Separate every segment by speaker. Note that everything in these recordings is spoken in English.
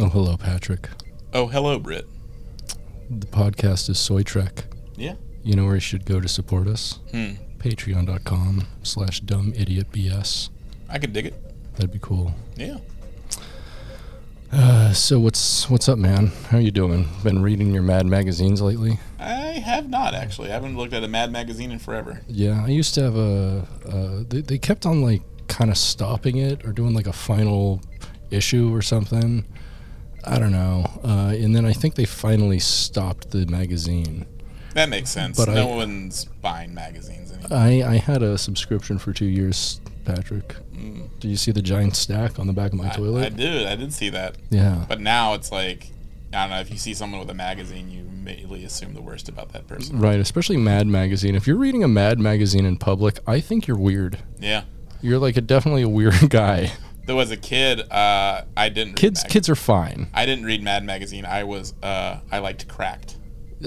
Speaker 1: Oh, hello, Patrick.
Speaker 2: Oh, hello, Britt.
Speaker 1: The podcast is Soy Trek.
Speaker 2: Yeah.
Speaker 1: You know where you should go to support us?
Speaker 2: Hmm.
Speaker 1: Patreon.com slash dumb idiot BS.
Speaker 2: I could dig it.
Speaker 1: That'd be cool.
Speaker 2: Yeah.
Speaker 1: Uh, so what's what's up, man? How you doing? Been reading your Mad magazines lately?
Speaker 2: I have not actually. I haven't looked at a Mad magazine in forever.
Speaker 1: Yeah, I used to have a. Uh, they, they kept on like kind of stopping it or doing like a final issue or something. I don't know. Uh, and then I think they finally stopped the magazine.
Speaker 2: That makes sense.
Speaker 1: But
Speaker 2: no
Speaker 1: I-
Speaker 2: one's buying magazines anymore.
Speaker 1: I, I had a subscription for two years, Patrick.
Speaker 2: Mm.
Speaker 1: Do you see the giant stack on the back of my
Speaker 2: I,
Speaker 1: toilet?
Speaker 2: I did. I did see that.
Speaker 1: yeah.
Speaker 2: But now it's like I don't know. If you see someone with a magazine, you immediately assume the worst about that person.
Speaker 1: Right, especially Mad Magazine. If you're reading a Mad Magazine in public, I think you're weird.
Speaker 2: Yeah.
Speaker 1: You're like a definitely a weird guy.
Speaker 2: Though as a kid, uh, I didn't
Speaker 1: Kids,
Speaker 2: Read mag-
Speaker 1: kids are fine.
Speaker 2: I didn't read Mad magazine. I was uh, I liked Cracked.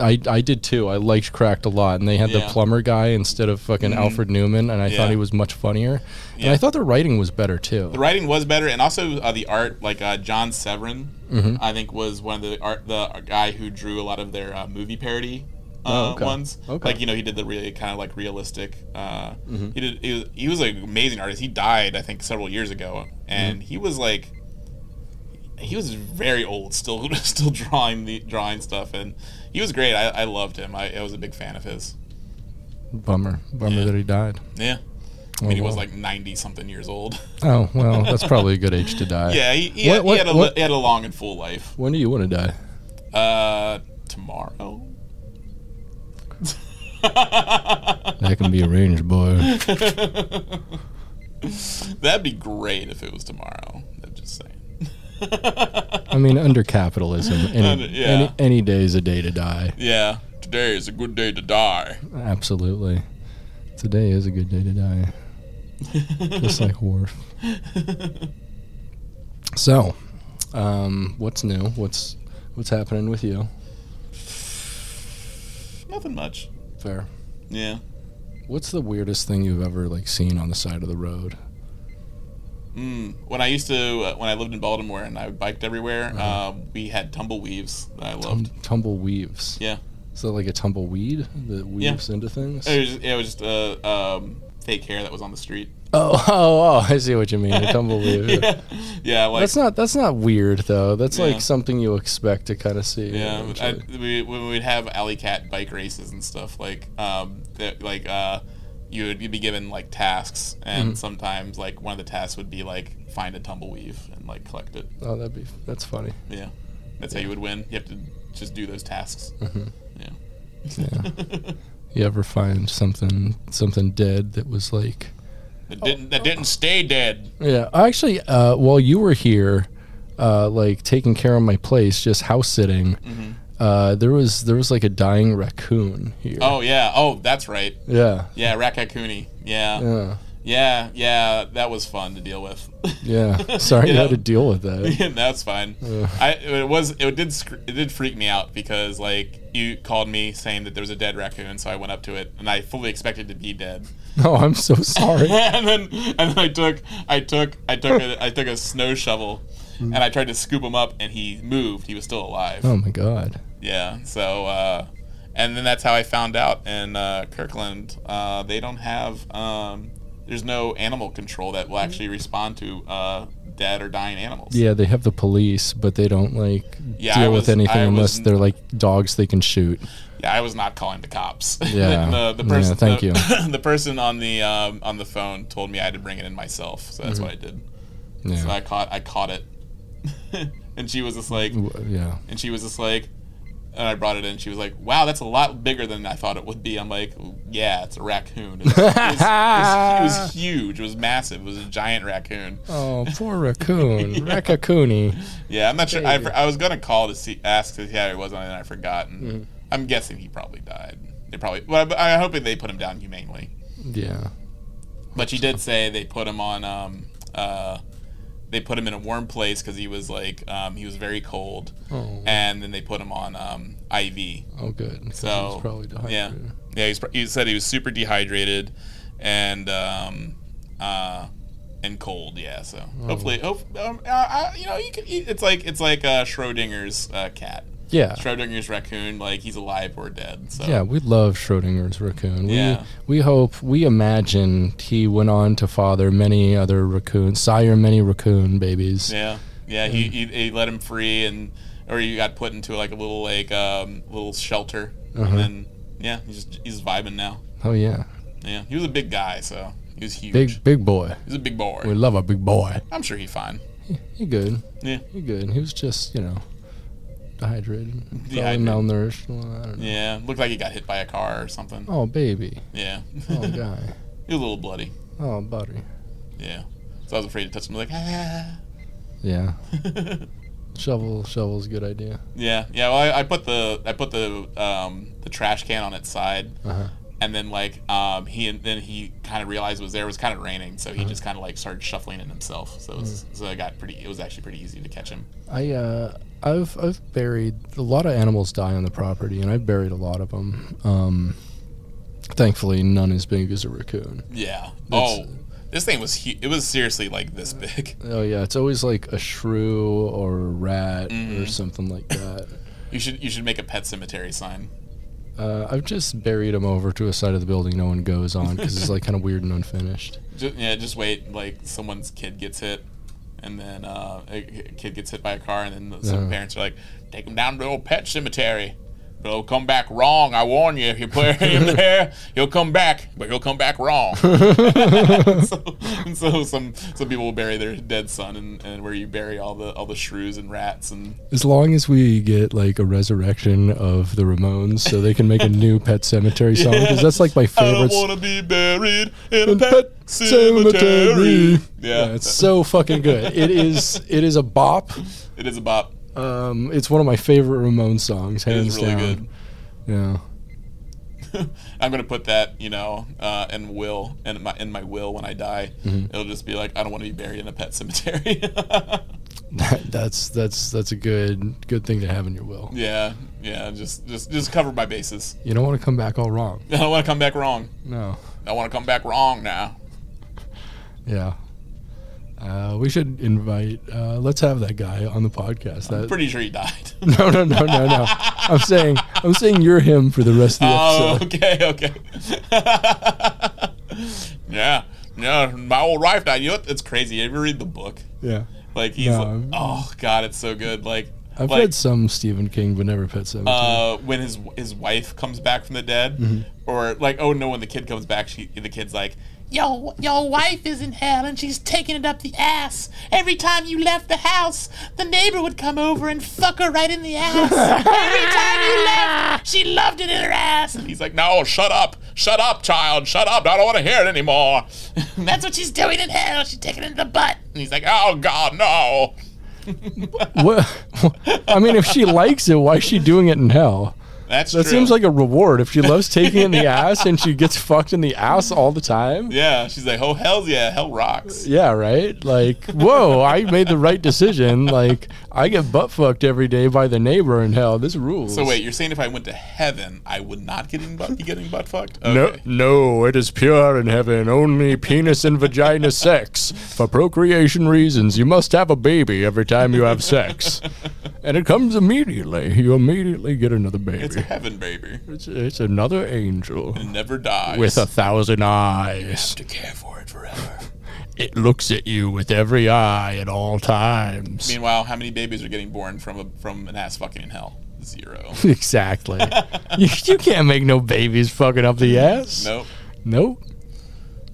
Speaker 1: I, I did too. I liked Cracked a lot, and they had
Speaker 2: Yeah. Mm-hmm.
Speaker 1: the plumber guy instead of fucking Alfred Newman, and I
Speaker 2: Yeah.
Speaker 1: thought he was much funnier. And
Speaker 2: Yeah.
Speaker 1: I thought the writing was better too.
Speaker 2: The writing was better, and also uh, the art, like uh, John Severin,
Speaker 1: Mm-hmm.
Speaker 2: I think was one of the art, the guy who drew a lot of their uh, movie parody uh,
Speaker 1: Oh, okay.
Speaker 2: ones.
Speaker 1: Okay. Mm-hmm.
Speaker 2: Like you know, he did the really kind of like realistic. Uh, He did. He was, he was an amazing artist. He died, I think, several years ago, and
Speaker 1: Mm-hmm.
Speaker 2: he was like, he was very old, still still drawing the drawing stuff, and he was great. I, I loved him. I, I was a big fan of his.
Speaker 1: Bummer. Bummer
Speaker 2: Yeah.
Speaker 1: that he died.
Speaker 2: Yeah. I mean, he was
Speaker 1: Oh, wow.
Speaker 2: like ninety something years old.
Speaker 1: Oh, well, that's probably a good age to die.
Speaker 2: yeah, he, he,
Speaker 1: What-
Speaker 2: had,
Speaker 1: what-
Speaker 2: he, had a,
Speaker 1: what-
Speaker 2: he had a long and full life.
Speaker 1: When do you want to die?
Speaker 2: Uh, tomorrow.
Speaker 1: That can be arranged, boy.
Speaker 2: That'd be great if it was tomorrow. I'm just saying.
Speaker 1: I mean, under capitalism, any,
Speaker 2: Under- yeah.
Speaker 1: any, any day is a day to die.
Speaker 2: Yeah, today is a good day to die.
Speaker 1: Absolutely. Today is a good day to die. Just like Worf. So, um, what's new? What's what's happening with you?
Speaker 2: Nothing much.
Speaker 1: Fair.
Speaker 2: Yeah.
Speaker 1: What's the weirdest thing you've ever like seen on the side of the road?
Speaker 2: Mm. When I used to, uh, when I lived in Baltimore and I biked everywhere, uh, we had tumbleweaves that I loved.
Speaker 1: tumble weaves.
Speaker 2: Yeah.
Speaker 1: Is that like a tumbleweed that
Speaker 2: Yeah.
Speaker 1: weaves into things?
Speaker 2: It was, it was just uh, um, fake hair that was on the street.
Speaker 1: Oh, oh, oh! I see what you mean. A tumbleweed.
Speaker 2: yeah. Yeah, like
Speaker 1: That's not that's not weird though. That's
Speaker 2: Yeah.
Speaker 1: like something you expect to kind of see.
Speaker 2: Yeah, I,
Speaker 1: eventually.
Speaker 2: we, when we'd have alley cat bike races and stuff like um, that, like uh, you would be given like tasks, and sometimes like one of the tasks would be like find a tumbleweave and like collect it.
Speaker 1: oh, that'd be that's funny.
Speaker 2: Yeah, that's how you would win. You have to just do those tasks. Yeah,
Speaker 1: Yeah. you ever find something something dead that was like
Speaker 2: that didn't that didn't stay dead.
Speaker 1: Yeah, actually, uh, while you were here, uh, like taking care of my place, just house sitting,
Speaker 2: Mm-hmm.
Speaker 1: uh, there was there was like a dying raccoon here.
Speaker 2: Oh yeah. Oh, that's right.
Speaker 1: Yeah,
Speaker 2: Yeah, Rakakuni. Yeah,
Speaker 1: yeah,
Speaker 2: yeah, yeah. That was fun to deal with.
Speaker 1: yeah. Sorry
Speaker 2: You
Speaker 1: you
Speaker 2: know?
Speaker 1: had to deal with that.
Speaker 2: Yeah, that's fine. I it was it did sc- it did freak me out because like you called me saying that there was a dead raccoon, so I went up to it and I fully expected to be dead.
Speaker 1: No, I'm so sorry.
Speaker 2: and then and then I took I took I took a, I took a snow shovel and I tried to scoop him up and he moved. He was still alive.
Speaker 1: Oh my god.
Speaker 2: Yeah. So uh, and then that's how I found out in uh, Kirkland uh, they don't have um, there's no animal control that will actually respond to uh, dead or dying animals.
Speaker 1: Yeah, they have the police, but they don't like
Speaker 2: Yeah, I
Speaker 1: deal
Speaker 2: was-
Speaker 1: with anything
Speaker 2: I
Speaker 1: unless
Speaker 2: was-
Speaker 1: they're like dogs they can shoot.
Speaker 2: Yeah, I was not calling the cops. uh,
Speaker 1: Yeah.
Speaker 2: the, the
Speaker 1: Yeah,
Speaker 2: person,
Speaker 1: thank
Speaker 2: the, the person on the um, on the phone told me I had to bring it in myself, so that's what I did.
Speaker 1: Mm-hmm. Yeah,
Speaker 2: So I caught I caught it, and she was just like,
Speaker 1: W- yeah.
Speaker 2: and she was just like, and I brought it in. She was like, "Wow, that's a lot bigger than I thought it would be." I'm like, "Yeah, it's a raccoon. It was, it was, it was- it was huge. It was massive. It was a giant raccoon."
Speaker 1: Oh, poor raccoon, raccoon.
Speaker 2: Yeah, I'm not sure. I, I was gonna call to see ask to see how he was, and then I forgot. And
Speaker 1: Mm-hmm.
Speaker 2: I'm guessing he probably died. They probably. Well, I- I'm hoping they put him down humanely.
Speaker 1: Yeah.
Speaker 2: But she did say they put him on. Um, uh, they put him in a warm place because he was like um, he was very cold,
Speaker 1: Oh.
Speaker 2: and then they put him on um, IV.
Speaker 1: Oh, good. 'cause
Speaker 2: So
Speaker 1: he's probably
Speaker 2: yeah,
Speaker 1: dehydrated.
Speaker 2: yeah. He's, pr- he said he was super dehydrated, and um, uh, and cold. Yeah, so hopefully, hope, um, uh, uh, you know, you can. Eat, it's like it's like uh, Schrodinger's uh, cat,
Speaker 1: Yeah.
Speaker 2: Schrodinger's raccoon. Like he's alive or dead. So
Speaker 1: Yeah, we love Schrodinger's raccoon. We
Speaker 2: Yeah.
Speaker 1: we hope we imagine he went on to father many other raccoons, sire many raccoon babies.
Speaker 2: Yeah, yeah. He, he, he let him free, and or he got put into like a little like um, little shelter,
Speaker 1: Uh-huh.
Speaker 2: and then yeah, he's just, he's vibing now.
Speaker 1: Oh yeah,
Speaker 2: Yeah, he was a big guy, so he was huge.
Speaker 1: big big boy.
Speaker 2: He's a big boy.
Speaker 1: We love a big boy.
Speaker 2: I'm sure he's fine.
Speaker 1: He good.
Speaker 2: Yeah,
Speaker 1: He good. He was just you know dehydrated, probably
Speaker 2: Dehydrated.
Speaker 1: malnourished. Well, I don't know.
Speaker 2: yeah. Looked like he got hit by a car or something.
Speaker 1: Oh baby.
Speaker 2: Yeah,
Speaker 1: Oh
Speaker 2: he was
Speaker 1: guy.
Speaker 2: a little bloody.
Speaker 1: Oh buddy.
Speaker 2: Yeah, so I was afraid to touch him. Like ah.
Speaker 1: Yeah. Shovel shovel's a good idea.
Speaker 2: Yeah, yeah. Well, I, I put the I put the um, the trash can on its side,
Speaker 1: Uh-huh.
Speaker 2: and then like um, he and then he kind of realized it was there. It was kind of raining, so he
Speaker 1: Uh-huh.
Speaker 2: just kind of like started shuffling it himself. So it was,
Speaker 1: Mm.
Speaker 2: so I got pretty. It was actually pretty easy to catch him.
Speaker 1: I uh, I've I've buried a lot of animals die on the property, and I've buried a lot of them. Um, thankfully, none as big as a raccoon.
Speaker 2: Yeah.
Speaker 1: That's-
Speaker 2: oh, this thing was hu- it was seriously like this big.
Speaker 1: Oh yeah, it's always like a shrew or a rat
Speaker 2: Mm-hmm.
Speaker 1: or something like that.
Speaker 2: You should you should make a pet cemetery sign.
Speaker 1: uh, I've just buried them over to a side of the building no one goes on because it's like kind of weird and unfinished.
Speaker 2: Just, yeah, just wait. Like someone's kid gets hit, and then uh, a a kid gets hit by a car, and then the, some
Speaker 1: Yeah.
Speaker 2: parents are like, "Take him down to the old pet cemetery." But he'll come back wrong. I warn you. If you put him there, he'll come back, but he'll come back wrong. so, and so some some people will bury their dead son, and, and where you bury all the all the shrews and rats and
Speaker 1: As long as we get like a resurrection of the Ramones, so they can make a new Pet Cemetery song because that's like my
Speaker 2: I don't
Speaker 1: favorite.
Speaker 2: want to be buried in a
Speaker 1: and
Speaker 2: pet,
Speaker 1: pet
Speaker 2: cemetery.
Speaker 1: cemetery.
Speaker 2: Yeah,
Speaker 1: it's so fucking good. It is. It is a bop.
Speaker 2: it is a bop.
Speaker 1: Um, it's one of my favorite Ramon songs,
Speaker 2: It
Speaker 1: hands
Speaker 2: is really
Speaker 1: down.
Speaker 2: good.
Speaker 1: Yeah.
Speaker 2: I'm gonna put that, you know, uh, in will and my in my will when I die.
Speaker 1: Mm-hmm.
Speaker 2: It'll just be like I don't want to be buried in a pet cemetery.
Speaker 1: That, that's that's that's a good good thing to have in your will.
Speaker 2: yeah, yeah, just just just cover my bases.
Speaker 1: You don't want to come back all wrong.
Speaker 2: I don't want to come back wrong.
Speaker 1: No.
Speaker 2: I want to come back wrong now.
Speaker 1: Yeah. Uh, we should invite. Uh, let's have that guy on the podcast. That,
Speaker 2: Pretty sure he died.
Speaker 1: no, no, no, no, no. I'm saying, I'm saying you're him for the rest of the
Speaker 2: oh,
Speaker 1: episode.
Speaker 2: okay, okay. yeah, yeah. My old wife died. You know what? It's crazy. You ever read the book?
Speaker 1: Yeah,
Speaker 2: Like he's,
Speaker 1: No,
Speaker 2: like-
Speaker 1: I'm-
Speaker 2: oh god, it's so good. Like
Speaker 1: I've
Speaker 2: like,
Speaker 1: read some Stephen King, but never Pet Cemetery.
Speaker 2: uh, when his his wife comes back from the dead,
Speaker 1: Mm-hmm.
Speaker 2: or like oh no, when the kid comes back, she the kid's like, "Yo, your wife is in hell and she's taking it up the ass. Every time you left the house, the neighbor would come over and fuck her right in the ass. Every time you left, she loved it in her ass." And he's like, "No, shut up, shut up, child, shut up. I don't want to hear it anymore. That's what she's doing in hell. She's taking it in the butt." And he's like, "Oh God, no."
Speaker 1: what? I mean, if she likes it, why is she doing it in hell?
Speaker 2: That's
Speaker 1: That
Speaker 2: true.
Speaker 1: seems like a reward. If she loves taking it in the ass and she gets fucked in the ass all the time.
Speaker 2: yeah. She's like, "Oh hell yeah, hell rocks."
Speaker 1: Yeah, right? Like, whoa, I made the right decision. Like, I get butt fucked every day by the neighbor in hell. This rules.
Speaker 2: So wait, you're saying if I went to heaven, I would not getting butt, be getting butt fucked?
Speaker 1: No,
Speaker 2: Okay.
Speaker 1: no, it is pure in heaven, only penis and vagina sex. For procreation reasons, you must have a baby every time you have sex. And it comes immediately. You immediately get another
Speaker 2: It's a
Speaker 1: baby.
Speaker 2: heaven, baby.
Speaker 1: It's, it's another angel
Speaker 2: It never dies.
Speaker 1: with a thousand eyes.
Speaker 2: to care for it forever.
Speaker 1: It looks at you with every eye at all times.
Speaker 2: Meanwhile, how many babies are getting born from a, from an ass fucking in hell? Zero.
Speaker 1: Exactly. you, you can't make no babies fucking up the ass.
Speaker 2: nope.
Speaker 1: Nope.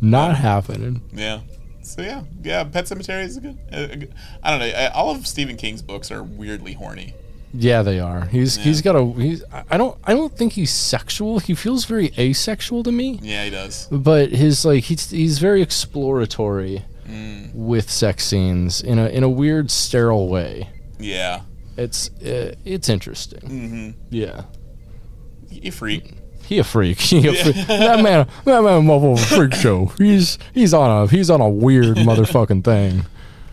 Speaker 1: Not happening.
Speaker 2: Yeah. So yeah, yeah. Pet Cemetery is a good. a- a good- I don't know. I, all of Stephen King's books are weirdly horny.
Speaker 1: Yeah, they are. He's he's got a he's I I don't I don't think he's sexual. He feels very asexual to me,
Speaker 2: Yeah, he does.
Speaker 1: but his like he's he's very exploratory
Speaker 2: Mm.
Speaker 1: with sex scenes in a in a weird sterile way.
Speaker 2: Yeah.
Speaker 1: It's uh, it's interesting. Mm-hmm. Yeah.
Speaker 2: You freak.
Speaker 1: He a freak. He a freak. That man, that man, a freak show. He's he's on a he's on a weird motherfucking thing.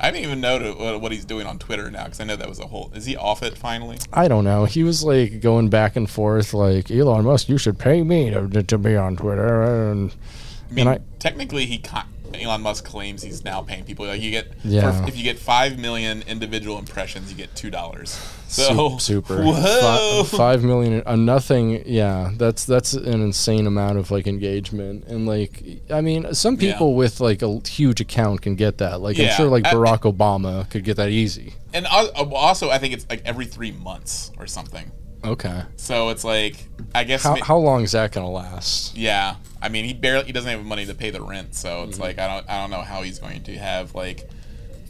Speaker 2: I didn't even know to, what, what he's doing on Twitter now because I know that was a whole. Is he off it finally?
Speaker 1: I don't know. He was like going back and forth, like Elon Musk, you should pay me to, to be on Twitter. And
Speaker 2: I mean,
Speaker 1: I-
Speaker 2: technically, he con- Elon Musk claims he's now paying people. Like you get,
Speaker 3: Yeah.
Speaker 2: for, if you get five million individual impressions, you get two dollars.
Speaker 3: Sup-
Speaker 2: So
Speaker 3: super.
Speaker 2: Whoa.
Speaker 1: Fi- five million uh, nothing yeah that's that's an insane amount of like engagement and like i mean some
Speaker 2: Yeah.
Speaker 1: people with like a l- huge account can get that like i'm
Speaker 2: Yeah,
Speaker 1: sure like
Speaker 2: I-
Speaker 1: barack obama could get that easy
Speaker 2: and al- uh, also, I think it's like every three months or something.
Speaker 1: okay
Speaker 2: So it's like, I guess.
Speaker 1: how,
Speaker 2: ma-
Speaker 1: how long is that gonna last
Speaker 2: Yeah, I mean, he barely he doesn't have money to pay the rent, so
Speaker 1: Mm-hmm.
Speaker 2: it's like I don't I don't know how he's going to have like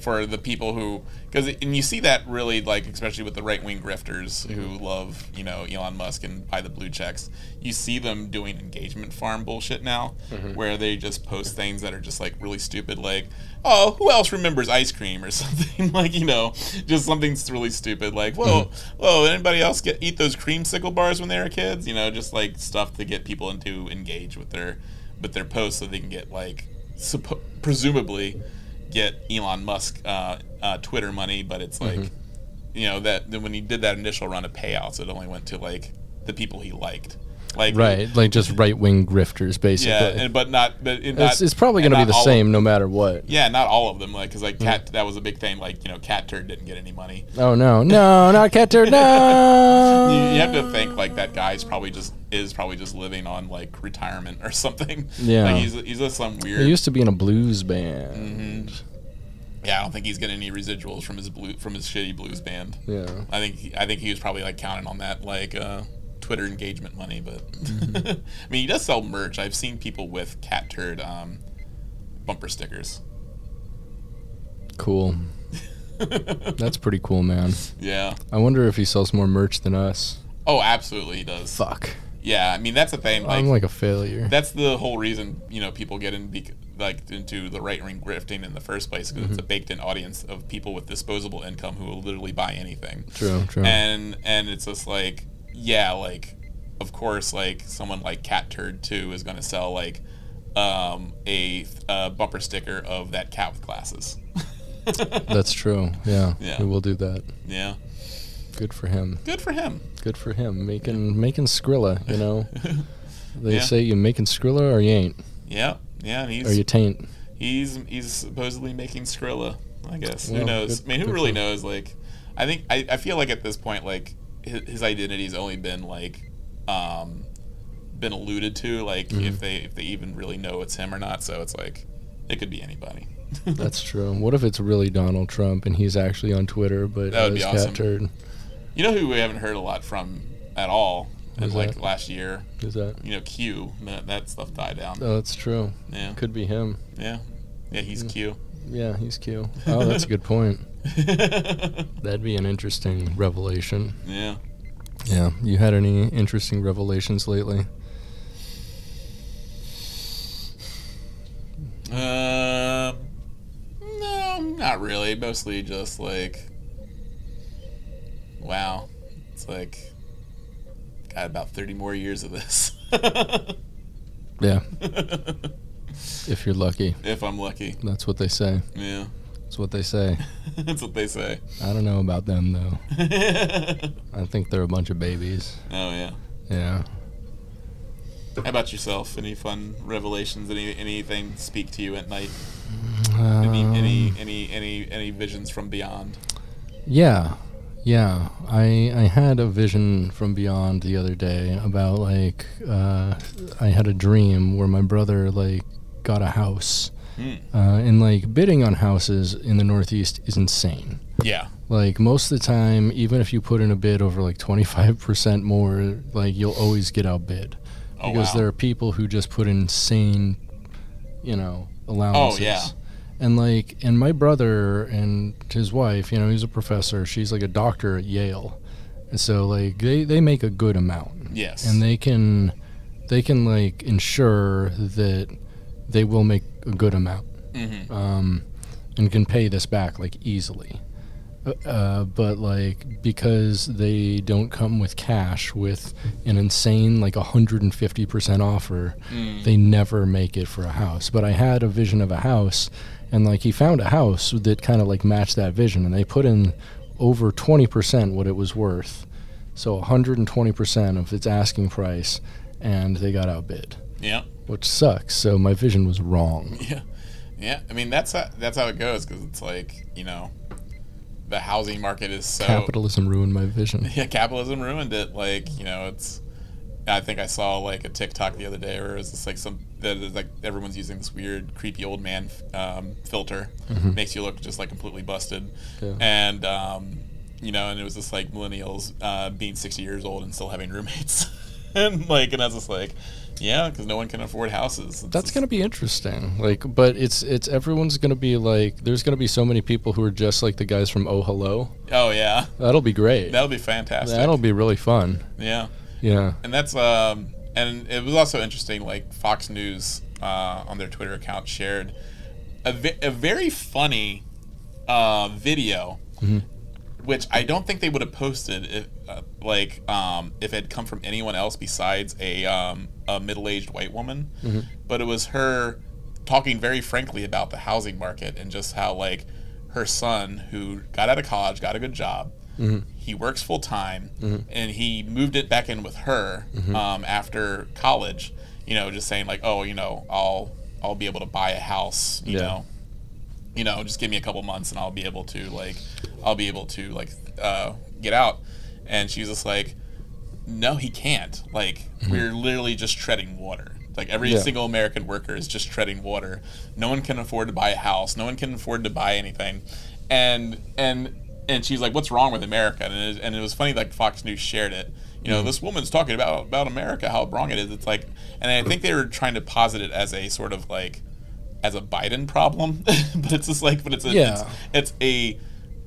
Speaker 2: for the people who because and you see that really like especially with the right wing grifters who love you know Elon Musk and buy the blue checks, you see them doing engagement farm bullshit now, where they just post things that are just like really stupid, like oh who else remembers ice cream or something like you know just something that's really stupid like whoa whoa anybody else get eat those creamsicle bars when they were kids you know just like stuff to get people into engage with their with their posts so they can get like suppo- presumably get Elon Musk uh, uh, Twitter money, but it's like,
Speaker 1: Mm-hmm.
Speaker 2: you know, that then when he did that initial run of payouts, it only went to like the people he liked, like
Speaker 1: right like just right-wing grifters basically
Speaker 2: yeah, and, but not, but in
Speaker 1: it's,
Speaker 2: not,
Speaker 1: it's probably
Speaker 2: and
Speaker 1: gonna be
Speaker 2: not
Speaker 1: the
Speaker 2: all of-
Speaker 1: same Mm-hmm. no matter what
Speaker 2: yeah, not all of them, like because like cat that was a big thing, like you know, cat turd didn't get any money.
Speaker 1: oh no no not cat turd
Speaker 2: You,
Speaker 1: no
Speaker 2: you have to think like that guy's probably just is probably just living on like retirement or something.
Speaker 1: Yeah.
Speaker 2: like, he's he's just some weird.
Speaker 1: he used to be in a blues band
Speaker 2: yeah, I don't think he's getting any residuals from his blue from his shitty blues band.
Speaker 1: yeah
Speaker 2: I think he- I think he was probably like counting on that like uh, Twitter engagement money, but I mean he does sell merch. I've seen people with cat turd um, bumper stickers.
Speaker 1: cool that's pretty cool man
Speaker 2: Yeah.
Speaker 1: I wonder if he sells more merch than us.
Speaker 2: Oh, absolutely he does.
Speaker 1: Fuck.
Speaker 2: Yeah, I mean that's the thing. Like,
Speaker 1: I'm like a failure.
Speaker 2: that's the whole reason you know people get in bec- like into the right wing grifting in the first place because it's a baked in audience of people with disposable income who will literally buy anything.
Speaker 1: true, true.
Speaker 2: and and it's just like yeah like of course like someone like cat turd 2 is going to sell like um a, uh bumper sticker of that cat with glasses
Speaker 1: That's true. Yeah.
Speaker 2: Yeah.
Speaker 1: He will do that.
Speaker 2: yeah
Speaker 1: Good for him.
Speaker 2: good for him
Speaker 1: Good for him. Making making Skrilla, you know. They
Speaker 2: Yeah.
Speaker 1: say you making Skrilla or you ain't.
Speaker 2: yeah yeah and
Speaker 1: Or
Speaker 2: he's
Speaker 1: you taint.
Speaker 2: he's he's supposedly making Skrilla I guess
Speaker 1: Well,
Speaker 2: who knows
Speaker 1: good-
Speaker 2: I mean
Speaker 1: good
Speaker 2: who really
Speaker 1: for-
Speaker 2: knows like I think I, I feel like at this point like his, his identity's only been like um been alluded to like
Speaker 1: Mm-hmm.
Speaker 2: if they if they even really know it's him or not so it's like it could be anybody
Speaker 1: That's true. What if it's really Donald Trump and he's actually on Twitter but
Speaker 2: That would
Speaker 1: as
Speaker 2: be
Speaker 1: cat
Speaker 2: awesome.
Speaker 1: turd?
Speaker 2: You know who we haven't heard a lot from at all, in
Speaker 1: Who's
Speaker 2: like
Speaker 1: that?
Speaker 2: last year.
Speaker 1: Is that?
Speaker 2: You know, Q. That, that stuff died down.
Speaker 1: Oh, that's true.
Speaker 2: Yeah,
Speaker 1: Could be him.
Speaker 2: yeah, yeah. He's Q.
Speaker 1: Yeah, he's Q. Oh, that's a good point.
Speaker 2: yeah.
Speaker 1: That'd be an interesting revelation. Yeah. You had any interesting revelations lately?
Speaker 2: Um. no, not really. Mostly just like, wow, it's like got about thirty more years of this,
Speaker 1: Yeah, if you're lucky.
Speaker 2: if I'm lucky.
Speaker 1: That's what they say.
Speaker 2: Yeah,
Speaker 1: That's what they say.
Speaker 2: that's what they say.
Speaker 1: I don't know about them though.
Speaker 2: oh
Speaker 1: I think they're a bunch of babies.
Speaker 2: yeah.
Speaker 1: Yeah.
Speaker 2: How about yourself? Any fun revelations? Any anything speak to you at night? Any
Speaker 1: Um,
Speaker 2: any any any any visions from beyond?
Speaker 1: yeah. Yeah. I I had a vision from beyond the other day about like uh, I had a dream where my brother like got a house.
Speaker 2: Hmm.
Speaker 1: Uh, and like bidding on houses in the Northeast is insane.
Speaker 2: Yeah.
Speaker 1: Like most of the time, even if you put in a bid over like 25% more, like you'll always get outbid.
Speaker 2: Oh
Speaker 1: because
Speaker 2: wow.
Speaker 1: there are people who just put insane, you know, allowances.
Speaker 2: Oh, yeah.
Speaker 1: And like, and my brother and his wife, you know, he's a professor. She's like a doctor at Yale, and so like they they make a good amount,
Speaker 2: yes.
Speaker 1: and they can, they can like ensure that they will make a good amount
Speaker 2: mm-hmm.
Speaker 1: um, and can pay this back like easily. Uh, Uh, but like because they don't come with cash with an insane like 150% offer
Speaker 2: mm.
Speaker 1: they never make it for a house but i had a vision of a house and like he found a house that kind of like matched that vision and they put in over 20% what it was worth so 120% of its asking price and they got outbid
Speaker 2: Yeah.
Speaker 1: which sucks so my vision was wrong
Speaker 2: Yeah. Yeah, I mean that's how, that's how it goes because it's like you know, the housing market is so
Speaker 1: Capitalism ruined my vision.
Speaker 2: yeah, capitalism ruined it. Like you know, it's. I think I saw like a TikTok the other day where it was just like some that is like everyone's using this weird creepy old man um, filter, makes you look just like completely busted,
Speaker 1: Mm-hmm. Yeah.
Speaker 2: and um, you know, and it was just like millennials uh, being sixty years old and still having roommates, and like, and I was just like, yeah, because no one can afford houses. It's
Speaker 1: That's
Speaker 2: just-
Speaker 1: gonna be interesting. Like, but it's it's everyone's gonna be like. There's gonna be so many people who are just like the guys from Oh Hello.
Speaker 2: oh yeah,
Speaker 1: That'll be great.
Speaker 2: that'll be fantastic.
Speaker 1: That'll be really fun.
Speaker 2: yeah.
Speaker 1: Yeah.
Speaker 2: and that's um and it was also interesting like fox news uh, on their twitter account shared a, ve- a very funny uh, video which i don't think they would have posted if uh, like um, if it had come from anyone else besides a, um, a middle-aged white woman but it was her talking very frankly about the housing market and just how like her son who got out of college got a good job he works full time and he moved it back in with her um, after college you know just saying like oh you know i'll i'll be able to buy a house you
Speaker 1: Yeah.
Speaker 2: know you know just give me a couple months and i'll be able to like i'll be able to like uh, get out and she's just like no he can't like we're literally just treading water like every
Speaker 1: Mm-hmm. Yeah.
Speaker 2: single american worker is just treading water no one can afford to buy a house no one can afford to buy anything and and and she's like what's wrong with america and it, and it was funny like fox news shared it you
Speaker 1: Mm-hmm.
Speaker 2: know this woman's talking about about america how wrong it is it's like and i think they were trying to posit it as a sort of like as a biden problem but it's just like but it's a
Speaker 1: Yeah.
Speaker 2: it's, it's a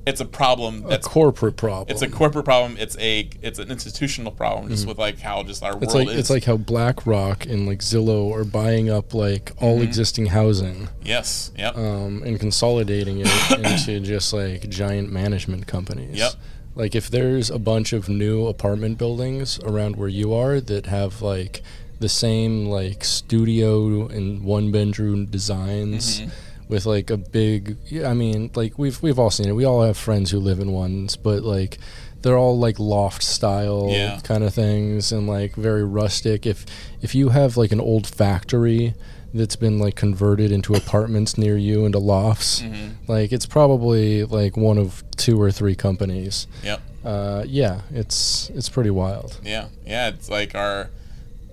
Speaker 2: it's a problem
Speaker 1: A
Speaker 2: that's
Speaker 1: corporate problem.
Speaker 2: it's a corporate problem. It's a it's an institutional problem, just with like how just our
Speaker 1: Mm-hmm. It's
Speaker 2: world
Speaker 1: like
Speaker 2: is.
Speaker 1: it's like how BlackRock and like Zillow are buying up like all
Speaker 2: Mm-hmm.
Speaker 1: existing housing
Speaker 2: yes, yep,
Speaker 1: um, and consolidating it into just like giant management companies.
Speaker 2: Yep.
Speaker 1: Like if there's a bunch of new apartment buildings around where you are that have like the same like studio and one bedroom designs with like a big yeah, I mean like we've we've all seen it. We all have friends who live in ones, but like they're all like loft style
Speaker 2: Yeah.
Speaker 1: kind of things and like very rustic. If if you have like an old factory that's been like converted into apartments near you into lofts, like it's probably like one of two or three companies.
Speaker 2: yep,
Speaker 1: Uh, yeah, it's it's pretty wild.
Speaker 2: yeah, yeah. It's like our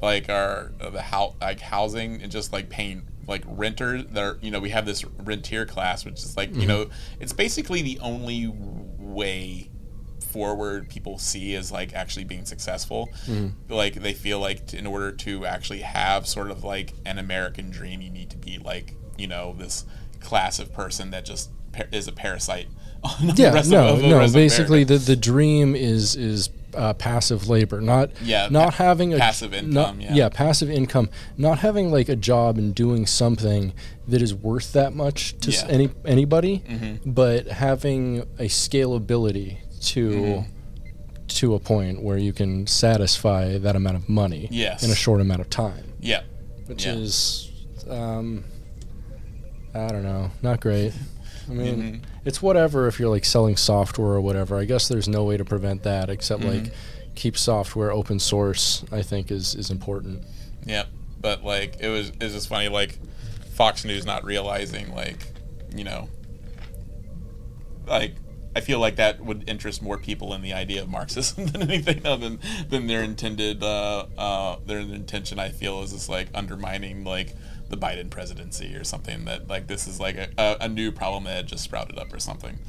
Speaker 2: like our uh, the how like housing and just like paying like renters that are you know we have this rentier class which is
Speaker 1: Mm-hmm.
Speaker 2: like you know it's basically the only way forward people see as like actually being successful
Speaker 1: Mm-hmm.
Speaker 2: like they feel like t- in order to actually have sort of like an american dream you need to be like you know this class of person that just par- is a parasite on the
Speaker 1: Yeah,
Speaker 2: rest of-
Speaker 1: no,
Speaker 2: of, the
Speaker 1: no.
Speaker 2: rest of
Speaker 1: basically,
Speaker 2: America.
Speaker 1: the the dream is is uh, passive labor, not
Speaker 2: Yeah,
Speaker 1: not
Speaker 2: pa-
Speaker 1: having a
Speaker 2: passive
Speaker 1: not-
Speaker 2: income, yeah.
Speaker 1: passive income, not having like a job and doing something that is worth that much to s
Speaker 2: Yeah. Mm-hmm.
Speaker 1: any anybody, but having a scalability to.
Speaker 2: Mm-hmm.
Speaker 1: To a point where you can satisfy that amount of money
Speaker 2: Yes.
Speaker 1: in a short amount of time,
Speaker 2: yeah
Speaker 1: which
Speaker 2: Yeah.
Speaker 1: is, um, I don't know, not great. I mean,
Speaker 2: Mm-hmm.
Speaker 1: it's whatever if you're like selling software or whatever. I guess there's no way to prevent that except like keep software open source. I think is is important.
Speaker 2: Yep. But like it was it's just funny like Fox News not realizing like, you know like I feel like that would interest more people in the idea of Marxism than anything other than, than their intended uh, uh, their intention I feel is just like undermining like the Biden presidency or something that like this is like a, a, a new problem that had just sprouted up or something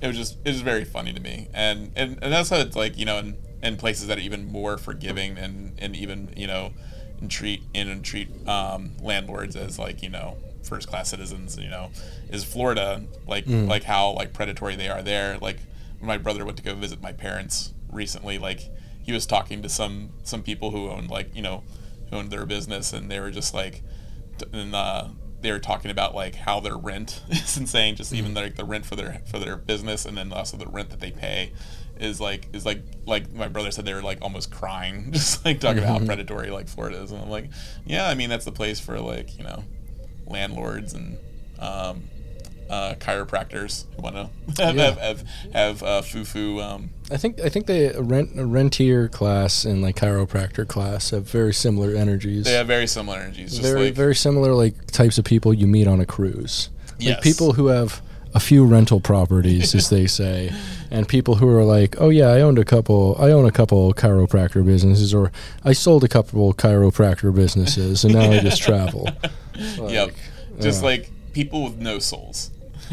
Speaker 2: it was just it was very funny to me and and, and that's how it's like you know in, in places that are even more forgiving and and even you know and treat and, and treat um, landlords as like you know first class citizens you know is florida like like how like predatory they are there like when my brother went to go visit my parents recently like he was talking to some some people who owned like you know who owned their business and they were just like t- and uh, they were talking about like how their rent is insane. Just even
Speaker 1: Mm-hmm.
Speaker 2: like the rent for their for their business, and then also the rent that they pay is like is like like my brother said they were like almost crying, just like talking
Speaker 1: Mm-hmm.
Speaker 2: about how predatory like Florida is. And I'm like, yeah, I mean that's the place for like you know landlords and um, uh, chiropractors who want to have,
Speaker 1: Yeah.
Speaker 2: have have have uh, foo-foo. Um,
Speaker 1: I think I think they a rent a rentier class and like chiropractor class have very similar energies.
Speaker 2: they have very similar energies. Just
Speaker 1: very
Speaker 2: like
Speaker 1: very similar like types of people you meet on a cruise.
Speaker 2: Yes.
Speaker 1: Like people who have a few rental properties, as they say, and people who are like, "Oh yeah, I owned a couple. I own a couple chiropractor businesses, or I sold a couple chiropractor businesses, and now I just travel." Like,
Speaker 2: yep, just
Speaker 1: uh,
Speaker 2: like people with no souls.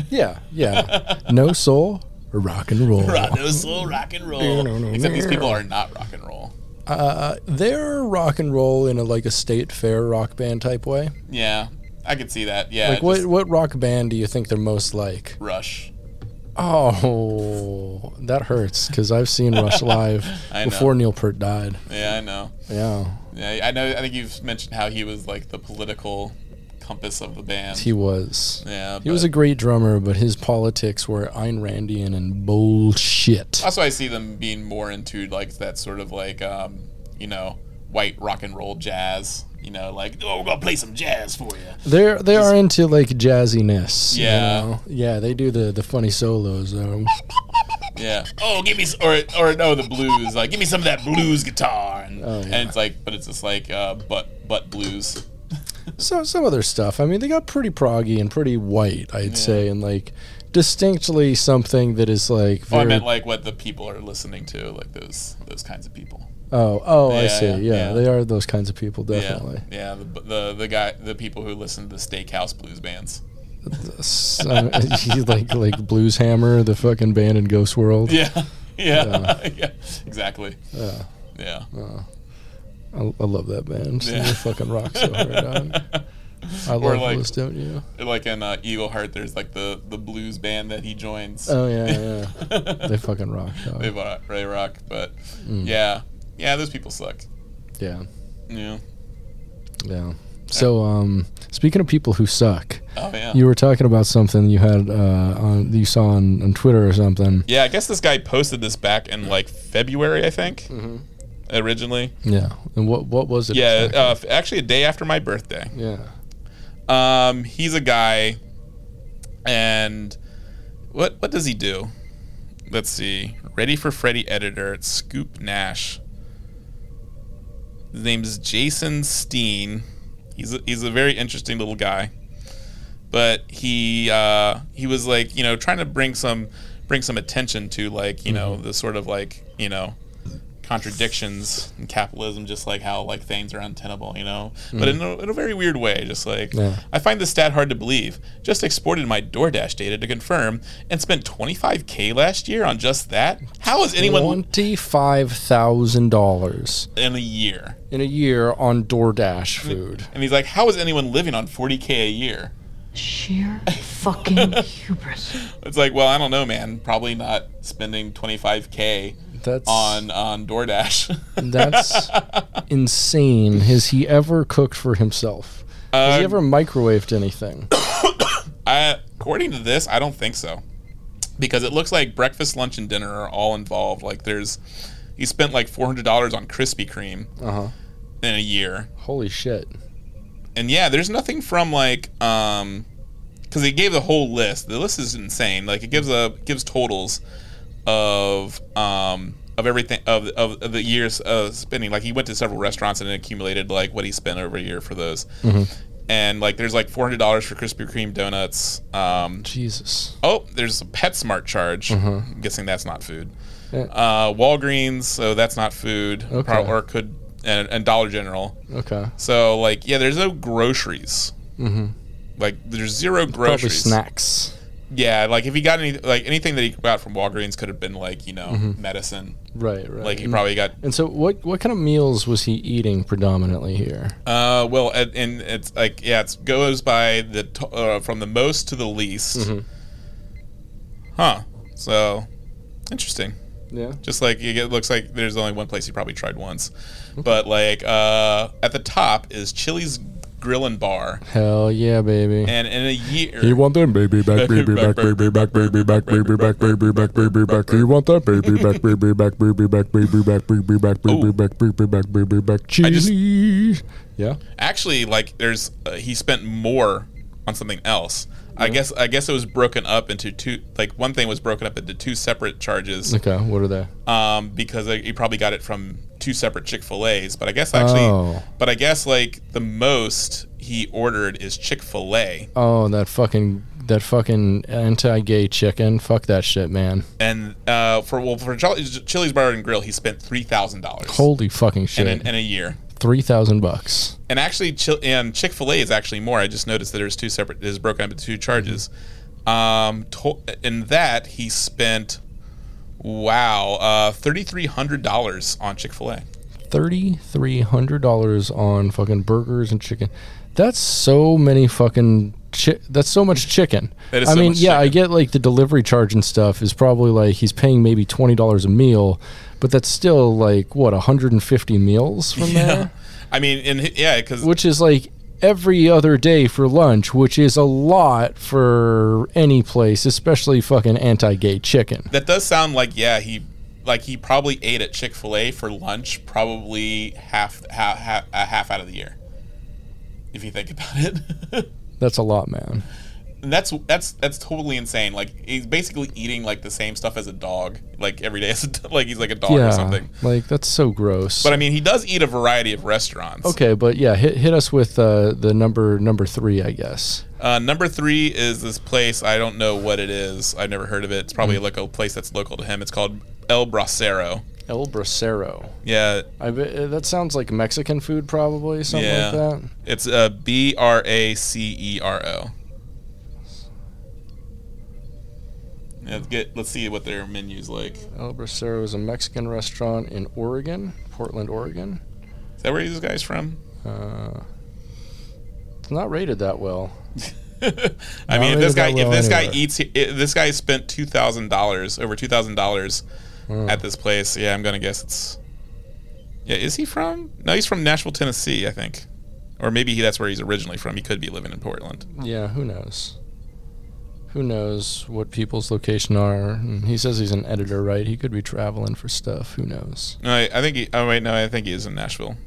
Speaker 1: yeah, yeah. No soul, rock and roll.
Speaker 2: Rock, no soul, rock and roll.
Speaker 1: No, no, no,
Speaker 2: Except these
Speaker 1: no.
Speaker 2: people are not rock and roll.
Speaker 1: Uh, they're rock and roll in a like a state fair rock band type way.
Speaker 2: Yeah, I could see that. Yeah,
Speaker 1: Like what
Speaker 2: just
Speaker 1: what rock band do you think they're most like?
Speaker 2: Rush.
Speaker 1: Oh, that hurts because I've seen Rush live
Speaker 2: I know.
Speaker 1: before Neil Peart died.
Speaker 2: Yeah, I know.
Speaker 1: Yeah,
Speaker 2: Yeah, I know. I think you've mentioned how he was like the political compass of the band.
Speaker 1: he was.
Speaker 2: yeah,
Speaker 1: He was
Speaker 2: but-
Speaker 1: a great drummer, but his politics were Ayn Randian and bullshit.
Speaker 2: Also, I see them being more into like that sort of like um, you know white rock and roll jazz. You know, like oh, we're gonna play some jazz for you.
Speaker 1: They're they are into like jazziness. you
Speaker 2: Yeah.
Speaker 1: know? yeah. They do the the funny solos though.
Speaker 2: Yeah. Oh, give me s- or or no the blues. Like give me some of that blues guitar. And,
Speaker 1: Oh, yeah.
Speaker 2: and it's like, but it's just like uh, butt butt blues.
Speaker 1: some some other stuff. I mean, they got pretty proggy and pretty white, I'd say, and like distinctly something that is like
Speaker 2: Oh,
Speaker 1: very.
Speaker 2: I meant like what the people are listening to, like those those kinds of people.
Speaker 1: oh, oh, I
Speaker 2: Yeah,
Speaker 1: see.
Speaker 2: yeah,
Speaker 1: Yeah,
Speaker 2: yeah.
Speaker 1: they are those kinds of people, definitely.
Speaker 2: Yeah, yeah. The, the the guy, the people who listen to the steakhouse blues bands.
Speaker 1: S- uh, he's like like Blues Hammer, the fucking band in Ghost World.
Speaker 2: Yeah, yeah, yeah. Exactly. Yeah.
Speaker 1: I, I love that band.
Speaker 2: Yeah.
Speaker 1: They fucking rock so hard. dog. I
Speaker 2: Or
Speaker 1: love
Speaker 2: like-
Speaker 1: those, don't you?
Speaker 2: Like in uh, Eagle Heart, there's like the the blues band that he joins.
Speaker 1: Oh yeah, yeah. they fucking rock. Dog.
Speaker 2: they bought Ray Rock, but
Speaker 1: Mm.
Speaker 2: yeah, yeah, those people suck.
Speaker 1: Yeah,
Speaker 2: Yeah.
Speaker 1: yeah. So, um, speaking of people who suck,
Speaker 2: Oh yeah.
Speaker 1: you were talking about something you had uh, on you saw on, on Twitter or something.
Speaker 2: yeah, I guess this guy posted this back in like February, I think,
Speaker 1: Mm.
Speaker 2: originally.
Speaker 1: Yeah. And what what was it?
Speaker 2: Mm-hmm. Yeah,
Speaker 1: exactly?
Speaker 2: uh, f- actually a day after my birthday.
Speaker 1: yeah.
Speaker 2: Um, he's a guy, and what what does he do? Let's see. Ready for Freddy editor at Scoop Nash. His name's Jason Steen. He's a, he's a very interesting little guy, but he uh, he was like you know trying to bring some bring some attention to like you know the sort of like you know contradictions in capitalism, just like how like things are untenable, you know. But in a, in a very weird way, just like
Speaker 1: Yeah.
Speaker 2: I find this stat hard to believe. Just exported my DoorDash data to confirm, and spent 25k last year on just that. How is anyone
Speaker 1: Twenty five thousand dollars
Speaker 2: in a year?
Speaker 1: in a year on DoorDash food.
Speaker 2: And he's like, how is anyone living on 40k a year?
Speaker 4: Sheer fucking hubris.
Speaker 2: It's like, well, I don't know, man. Probably not spending 25k
Speaker 1: That's
Speaker 2: on on DoorDash.
Speaker 1: that's insane. Has he ever cooked for himself? Has he
Speaker 2: Um,
Speaker 1: ever microwaved anything?
Speaker 2: I, according to this, I don't think so, because it looks like breakfast, lunch, and dinner are all involved. Like there's, he spent like four hundred dollars on Krispy Kreme
Speaker 1: Uh huh.
Speaker 2: in a year,
Speaker 1: Holy shit.
Speaker 2: and yeah, there's nothing from like, um, because he gave the whole list. The list is insane. Like it gives a gives totals of um of everything of of, of the years of spending. Like he went to several restaurants and it accumulated like what he spent over a year for those.
Speaker 1: Mm-hmm.
Speaker 2: And like, there's like four hundred dollars for Krispy Kreme donuts. Um,
Speaker 1: Jesus.
Speaker 2: Oh, there's a PetSmart charge. I'm guessing that's not food.
Speaker 1: Mm-hmm. Yeah.
Speaker 2: Uh, Walgreens, so that's not food, Pro-
Speaker 1: Okay.
Speaker 2: or could and, and Dollar General.
Speaker 1: Okay.
Speaker 2: So like, yeah, there's no groceries. Mm-hmm. Like there's zero
Speaker 1: Probably
Speaker 2: groceries.
Speaker 1: snacks.
Speaker 2: Yeah, like if he got any like anything that he got from Walgreens could have been like you know medicine.
Speaker 1: Right. Mm-hmm. Right. Mm-hmm.
Speaker 2: Like he probably got
Speaker 1: and so, what what kind of meals was he eating predominantly here?
Speaker 2: Uh, well, and, and it's like yeah, it goes by the t- uh, from the most to the least.
Speaker 1: Mm-hmm.
Speaker 2: Huh. So interesting.
Speaker 1: Yeah.
Speaker 2: Just like it get- looks like there's only one place you probably tried once, but like uh, at the top is Chili's Grill and Bar,
Speaker 1: Hell yeah, baby.
Speaker 2: and in a year,
Speaker 5: You want that baby back, baby back, baby back, baby back, baby back, baby back, baby back. You want that baby back, baby back, baby back, baby back, baby back, baby back, baby back, baby back. Cheese.
Speaker 1: Chili. yeah.
Speaker 2: actually like there's uh, he spent more on something else. I guess I guess it was broken up into two. Like one thing was broken up into two separate charges,
Speaker 1: Okay, what are they?
Speaker 2: um, because like, he probably got it from two separate Chick Fil A's. But I guess actually,
Speaker 1: Oh.
Speaker 2: but I guess like the most he ordered is Chick Fil A,
Speaker 1: Oh, that fucking that fucking anti-gay chicken. Fuck that shit, man.
Speaker 2: and uh, for well for Chili's Chili's Bar and Grill he spent three thousand dollars
Speaker 1: Holy fucking
Speaker 2: in,
Speaker 1: shit.
Speaker 2: an- in a year.
Speaker 1: Three thousand bucks.
Speaker 2: And actually, Chil- and Chick Fil A is actually more. I just noticed that there's two separate. It's broken up into two charges. Um, to- in that he spent, wow, uh, thirty three hundred dollars on Chick Fil A.
Speaker 1: Thirty-three hundred dollars on fucking burgers and chicken. That's so many fucking. Chi- that's so much chicken.
Speaker 2: That is
Speaker 1: I
Speaker 2: so
Speaker 1: mean,
Speaker 2: much
Speaker 1: yeah, I
Speaker 2: chicken.
Speaker 1: get like the delivery charge and stuff is probably like he's paying maybe twenty dollars a meal, but that's still like what hundred and fifty meals from there.
Speaker 2: I mean, and he- yeah, because
Speaker 1: which is like every other day for lunch, which is a lot for any place, especially fucking anti-gay chicken.
Speaker 2: that does sound like yeah he like he probably ate at Chick Fil A for lunch probably half half, half a half out of the year. If you think about it,
Speaker 1: That's a lot, man.
Speaker 2: And that's that's that's totally insane. Like he's basically eating like the same stuff as a dog, like every day as a, d- like he's like a dog or
Speaker 1: Yeah,
Speaker 2: something.
Speaker 1: like that's so gross.
Speaker 2: But I mean, he does eat a variety of restaurants.
Speaker 1: okay, but yeah, hit hit us with uh, the number number three, I guess.
Speaker 2: Uh, number three is this place. I don't know what it is. I've never heard of it. It's probably
Speaker 1: Mm.
Speaker 2: a local place that's local to him. It's called El Bracero.
Speaker 1: El Bracero.
Speaker 2: Yeah,
Speaker 1: I bet, uh, that sounds like Mexican food, probably something
Speaker 2: yeah.
Speaker 1: like that.
Speaker 2: It's uh, B R A C E R O. Yeah, Let's get. Let's see what their menu's like.
Speaker 1: El Bracero is a Mexican restaurant in Oregon, Portland, Oregon.
Speaker 2: Is that where this guy's from?
Speaker 1: Uh, it's not rated that well.
Speaker 2: I
Speaker 1: Not
Speaker 2: mean, if
Speaker 1: rated
Speaker 2: this guy
Speaker 1: that well
Speaker 2: if this guy
Speaker 1: anywhere.
Speaker 2: eats if this guy spent two thousand dollars over two thousand dollars
Speaker 1: Mm. Hmm.
Speaker 2: at this place. Yeah, I'm gonna guess it's. Yeah, is he from? No, he's from Nashville, Tennessee, I think, or maybe he, that's where he's originally from. He could be living in Portland.
Speaker 1: Yeah, who knows? Who knows what people's location are? And He says he's an editor, right? He could be traveling for stuff. Who knows?
Speaker 2: No, I, I think. He, oh wait, no, I think he is in Nashville.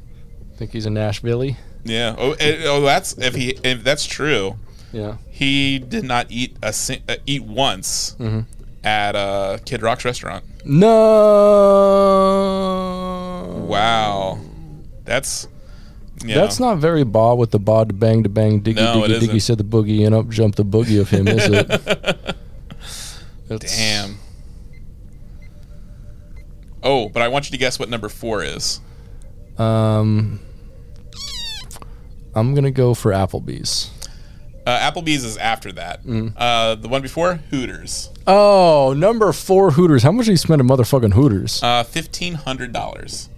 Speaker 1: Think he's a Nashville?
Speaker 2: Yeah. Oh, eh, oh, that's if he if that's true.
Speaker 1: Yeah.
Speaker 2: He did not eat a sing- uh, eat once
Speaker 1: Mm-hmm.
Speaker 2: at uh, Kid Rock's restaurant.
Speaker 1: No.
Speaker 2: Wow, that's yeah.
Speaker 1: That's not very ba with the ba to bang to bang diggy
Speaker 2: No, it
Speaker 1: diggy diggy
Speaker 2: isn't.
Speaker 1: said the boogie and up jumped the boogie of him, is it? That's-
Speaker 2: Damn. Oh, but I want you to guess what number four is.
Speaker 1: Um, I'm gonna go for Applebee's.
Speaker 2: Uh, Applebee's is after that.
Speaker 1: Mm-hmm.
Speaker 2: Uh, the one before Hooters,
Speaker 1: Oh, number four Hooters. How much do you spend at motherfucking Hooters?
Speaker 2: uh, fifteen hundred dollars.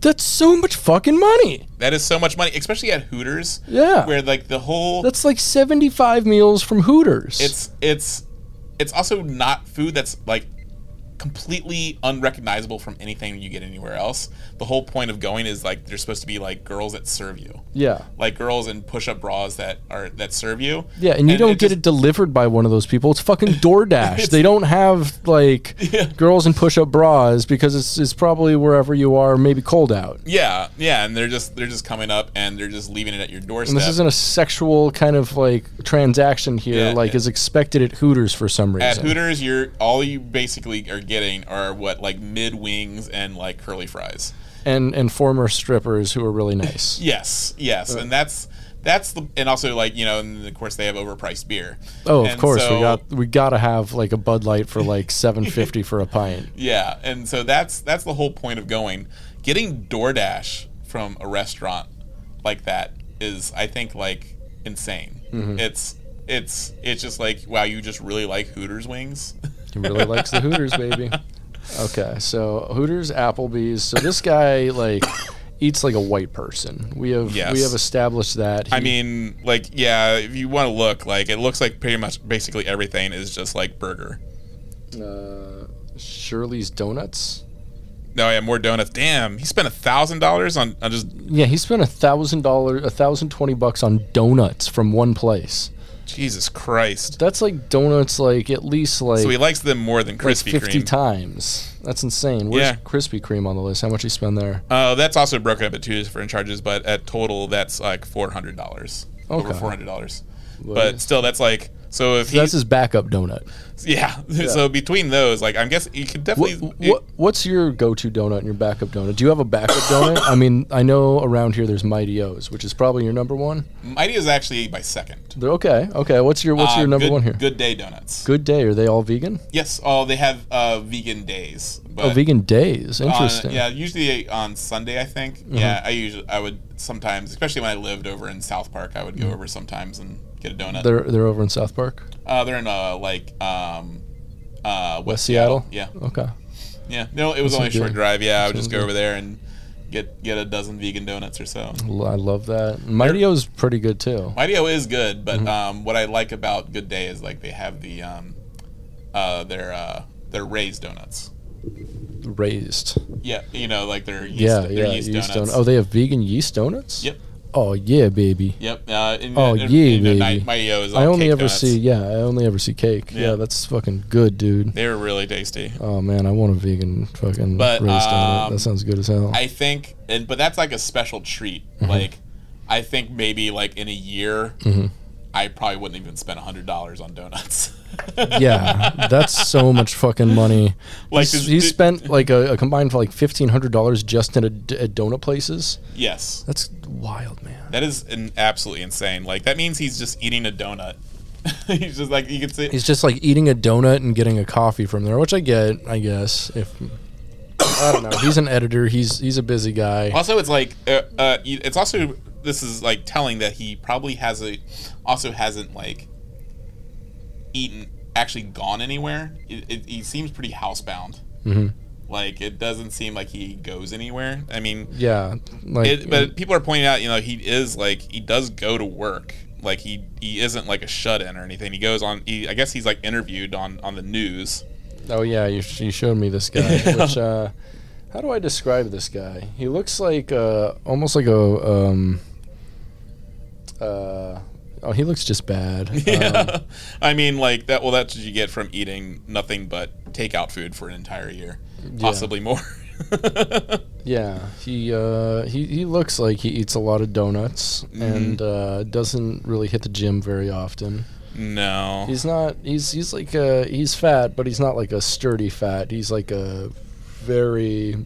Speaker 1: That's so much fucking money.
Speaker 2: That is so much money, especially at Hooters.
Speaker 1: Yeah.
Speaker 2: where like the whole
Speaker 1: That's like 75 meals from Hooters.
Speaker 2: it's it's it's also not food that's like completely unrecognizable from anything you get anywhere else. The whole point of going is like there's supposed to be like girls that serve you.
Speaker 1: yeah.
Speaker 2: Like girls in push-up bras that are that serve you.
Speaker 1: Yeah, and you don't get
Speaker 2: just-
Speaker 1: it delivered by one of those people. It's fucking DoorDash. they don't have like girls in push-up bras because it's it's probably wherever you are, maybe cold out.
Speaker 2: Yeah, yeah, and they're just they're just coming up and they're just leaving it at your doorstep.
Speaker 1: And this isn't a sexual kind of like transaction here,
Speaker 2: Yeah,
Speaker 1: like
Speaker 2: yeah.
Speaker 1: is expected at Hooters for some reason.
Speaker 2: at Hooters, you're all you basically are getting are what like mid wings and like curly fries.
Speaker 1: and and former strippers who are really nice.
Speaker 2: Yes, yes,
Speaker 1: Uh.
Speaker 2: and that's that's the and also like you know and of course they have overpriced beer.
Speaker 1: oh, of
Speaker 2: And
Speaker 1: course,
Speaker 2: so-
Speaker 1: we got we got to have like a Bud Light for like 750 for a pint.
Speaker 2: yeah, and so that's that's the whole point of going. Getting DoorDash from a restaurant like that is, I think, like insane.
Speaker 1: Mm-hmm.
Speaker 2: It's it's it's just like wow, you just really like Hooters wings.
Speaker 1: He really likes the Hooters, baby. Okay, so Hooters, Applebee's. So this guy like eats like a white person. We have
Speaker 2: Yes.
Speaker 1: we have established that.
Speaker 2: I
Speaker 1: He-
Speaker 2: mean, like, yeah, if you want to look, like, it looks like pretty much basically everything is just like burger.
Speaker 1: uh, Shirley's Donuts.
Speaker 2: No, yeah, more donuts. Damn, he spent a thousand dollars on on just
Speaker 1: Yeah, he spent a thousand dollars, a thousand twenty bucks on donuts from one place.
Speaker 2: Jesus Christ.
Speaker 1: That's like donuts, like at least like,
Speaker 2: So he likes them more than
Speaker 1: like
Speaker 2: Krispy
Speaker 1: fifty
Speaker 2: Kreme.
Speaker 1: times. That's insane. Where's
Speaker 2: Yeah.
Speaker 1: Krispy Kreme on the list? How much he spend there?
Speaker 2: Uh, that's also broken up at two different charges, but at total, that's like four hundred dollars. Over
Speaker 1: Okay.
Speaker 2: four hundred dollars.
Speaker 1: What
Speaker 2: But
Speaker 1: is-
Speaker 2: still, that's like So if he,
Speaker 1: That's his backup donut.
Speaker 2: yeah. So between those, like I'm guessing you could
Speaker 1: What,
Speaker 2: definitely. it-
Speaker 1: what, what's your go-to donut and your backup donut? Do you have a backup donut? I mean, I know around here there's Mighty O's, which is probably your number one.
Speaker 2: Mighty is actually my second.
Speaker 1: They're Okay, okay. What's your what's
Speaker 2: Uh,
Speaker 1: your number
Speaker 2: good,
Speaker 1: one here?
Speaker 2: Good Day Donuts.
Speaker 1: Good day. Are they all vegan?
Speaker 2: Yes. Oh, they have uh, vegan days. But
Speaker 1: Oh, vegan days.
Speaker 2: on-
Speaker 1: Interesting.
Speaker 2: uh,
Speaker 1: Mm-hmm.
Speaker 2: yeah, usually on Sunday, I think. Yeah, I usually I would sometimes, especially when I lived over in South Park, I would go over sometimes and get a donut. They're,
Speaker 1: Mm-hmm. They're they're over in South Park,
Speaker 2: uh, they're in uh, like um, uh, West,
Speaker 1: West Seattle.
Speaker 2: Yeah,
Speaker 1: Okay.
Speaker 2: yeah. No, it was only a short
Speaker 1: good.
Speaker 2: drive. Yeah, I would just go over there and get get a dozen vegan donuts or so.
Speaker 1: L- I love that. Mighty O's pretty good too.
Speaker 2: Mighty O is good, but
Speaker 1: Mm-hmm.
Speaker 2: um, what I like about Good Day is like they have the um, uh, their uh, their raised donuts.
Speaker 1: Raised.
Speaker 2: Yeah, you know, like their yeast,
Speaker 1: Yeah,
Speaker 2: their
Speaker 1: yeah.
Speaker 2: yeast,
Speaker 1: yeast
Speaker 2: donuts.
Speaker 1: donut. Oh, they have vegan yeast donuts.
Speaker 2: Yep.
Speaker 1: Oh yeah, baby.
Speaker 2: Yep. Uh, and,
Speaker 1: Oh,
Speaker 2: and, and,
Speaker 1: yeah,
Speaker 2: you know,
Speaker 1: baby.
Speaker 2: Ni- Mighty O is all
Speaker 1: I only
Speaker 2: cake
Speaker 1: ever
Speaker 2: donuts.
Speaker 1: see yeah, I only ever see cake. Yeah,
Speaker 2: Yeah.
Speaker 1: that's fucking good, dude.
Speaker 2: They were really tasty.
Speaker 1: Oh man, I want a vegan fucking
Speaker 2: But,
Speaker 1: raised donut.
Speaker 2: um,
Speaker 1: That sounds good as hell.
Speaker 2: I think, and but that's like a special treat. Like, I think maybe like in a year, I probably wouldn't even spend hundred dollars on donuts.
Speaker 1: yeah, that's so much fucking money.
Speaker 2: Like
Speaker 1: He's-
Speaker 2: this-
Speaker 1: he
Speaker 2: thi-
Speaker 1: spent like a, a combined for like fifteen hundred dollars just in a, d- at donut places.
Speaker 2: yes,
Speaker 1: That's wild, man.
Speaker 2: that is an absolutely insane. Like that means he's just eating a donut. he's just like you can see.
Speaker 1: He's just like eating a donut and getting a coffee from there, which I get, I guess. If I don't know, he's an editor. He's he's a busy guy.
Speaker 2: also, it's like uh, uh, you- it's also this is like telling that he probably has a also hasn't like eaten actually gone anywhere. It, it, he seems pretty housebound. Like it doesn't seem like he goes anywhere. I mean,
Speaker 1: Yeah, like
Speaker 2: It, but people are pointing out, you know, he is like he does go to work. Like he he isn't like a shut in or anything. He goes on. He, I guess he's like interviewed on on the news.
Speaker 1: Oh yeah, you, sh- you showed me this guy. Which uh, how do I describe this guy? He looks like uh, almost like a um, uh, oh he looks just bad. Um,
Speaker 2: Yeah. I mean, like that. Well, that's what you get from eating nothing but takeout food for an entire year, possibly more.
Speaker 1: yeah, he uh, he he looks like he eats a lot of donuts
Speaker 2: Mm-hmm.
Speaker 1: and uh, doesn't really hit the gym very often.
Speaker 2: no.
Speaker 1: He's not he's he's like uh he's fat, but he's not like a sturdy fat. He's like a very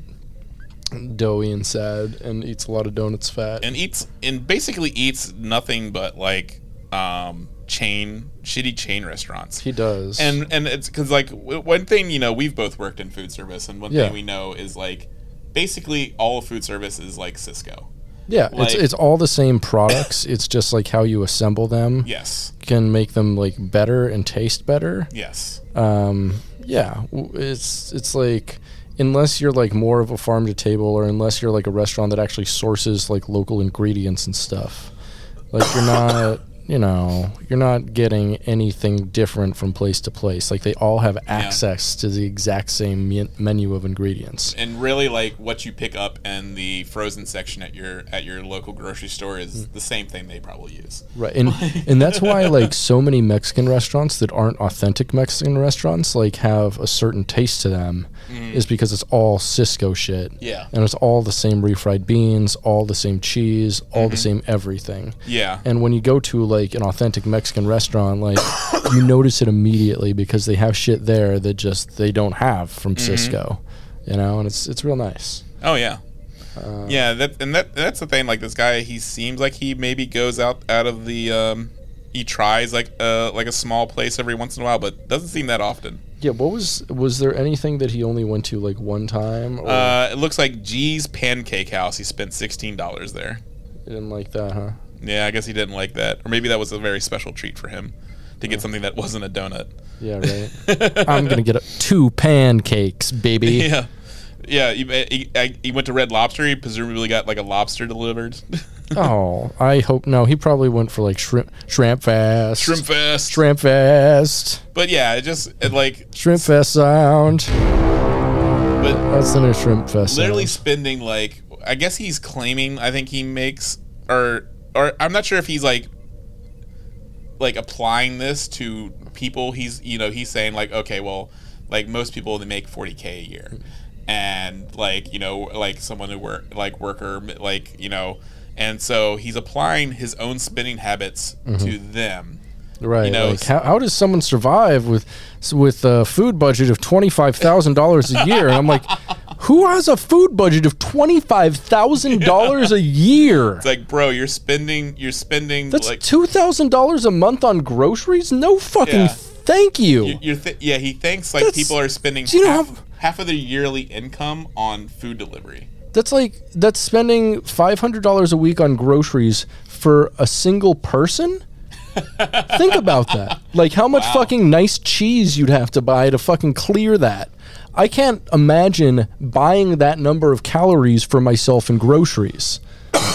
Speaker 1: doughy and sad and eats a lot of donuts fat.
Speaker 2: and eats and basically eats nothing but like um chain shitty chain restaurants.
Speaker 1: he does.
Speaker 2: and and it's because like w- one thing you know we've both worked in food service and one
Speaker 1: Yeah.
Speaker 2: thing we know is like basically all of food service is like cisco
Speaker 1: Yeah, it's
Speaker 2: Like-
Speaker 1: it's all the same products. it's just like how you assemble them
Speaker 2: yes
Speaker 1: can make them like better and taste better.
Speaker 2: yes
Speaker 1: Um, yeah, w- it's it's like unless you're like more of a farm to table or unless you're like a restaurant that actually sources like local ingredients and stuff. Like you're not, you know, you're not getting anything different from place to place. Like they all have access to the exact same men- menu of ingredients.
Speaker 2: and really like what you pick up in the frozen section at your at your local grocery store is
Speaker 1: Hmm.
Speaker 2: the same thing they probably use
Speaker 1: Right, and and that's why like so many Mexican restaurants that aren't authentic Mexican restaurants like have a certain taste to them, is because it's all Cisco shit.
Speaker 2: Yeah.
Speaker 1: and it's all the same refried beans, all the same cheese, all the same everything.
Speaker 2: yeah
Speaker 1: And when you go to like an authentic Mexican restaurant, like you notice it immediately because they have shit there that just they don't have from Cisco, you know, and it's it's real nice.
Speaker 2: oh yeah
Speaker 1: Uh,
Speaker 2: yeah that and that that's the thing like this guy he seems like he maybe goes out out of the um he tries like uh like a small place every once in a while but doesn't seem that often
Speaker 1: Yeah, what was was there anything that he only went to like one time or
Speaker 2: Uh, it looks like G's Pancake House. He spent sixteen dollars there.
Speaker 1: didn't like that, huh?
Speaker 2: Yeah, I guess he didn't like that, or maybe that was a very special treat for him to get something that wasn't a donut.
Speaker 1: Yeah, right. I'm gonna get a, two pancakes, baby.
Speaker 2: Yeah, yeah. He, he, I- he went to Red Lobster. He presumably got like a lobster delivered.
Speaker 1: Oh, I hope no. He probably went for like shrimp, shrimp fast,
Speaker 2: Shrimp fest.
Speaker 1: shrimp fast,
Speaker 2: But yeah, it just it, like,
Speaker 1: shrimp fest sound.
Speaker 2: but
Speaker 1: That's the new shrimp fest.
Speaker 2: literally
Speaker 1: sound.
Speaker 2: spending like I guess he's claiming I think he makes or or I'm not sure if he's like like applying this to people he's you know he's saying like okay well like most people they make 40k a year and like you know like someone who work like worker like you know and so he's applying his own spending habits to them
Speaker 1: Right.
Speaker 2: You know,
Speaker 1: like,
Speaker 2: s-
Speaker 1: how, how does someone survive with s- with a food budget of twenty five thousand dollars a year? And I'm like, who has a food budget of twenty five thousand dollars a year?
Speaker 2: It's like, bro, you're spending, you're spending
Speaker 1: That's
Speaker 2: like
Speaker 1: two thousand dollars a month on groceries. No fucking
Speaker 2: Yeah.
Speaker 1: thank you.
Speaker 2: you- you're th- yeah. He thinks like
Speaker 1: That's-
Speaker 2: people are spending
Speaker 1: do you know
Speaker 2: half,
Speaker 1: how-
Speaker 2: half of their yearly income on food delivery.
Speaker 1: That's like that's spending five hundred dollars a week on groceries for a single person. Think about that. Like how much fucking nice cheese you'd have to buy to fucking clear that. I can't imagine buying that number of calories for myself in groceries.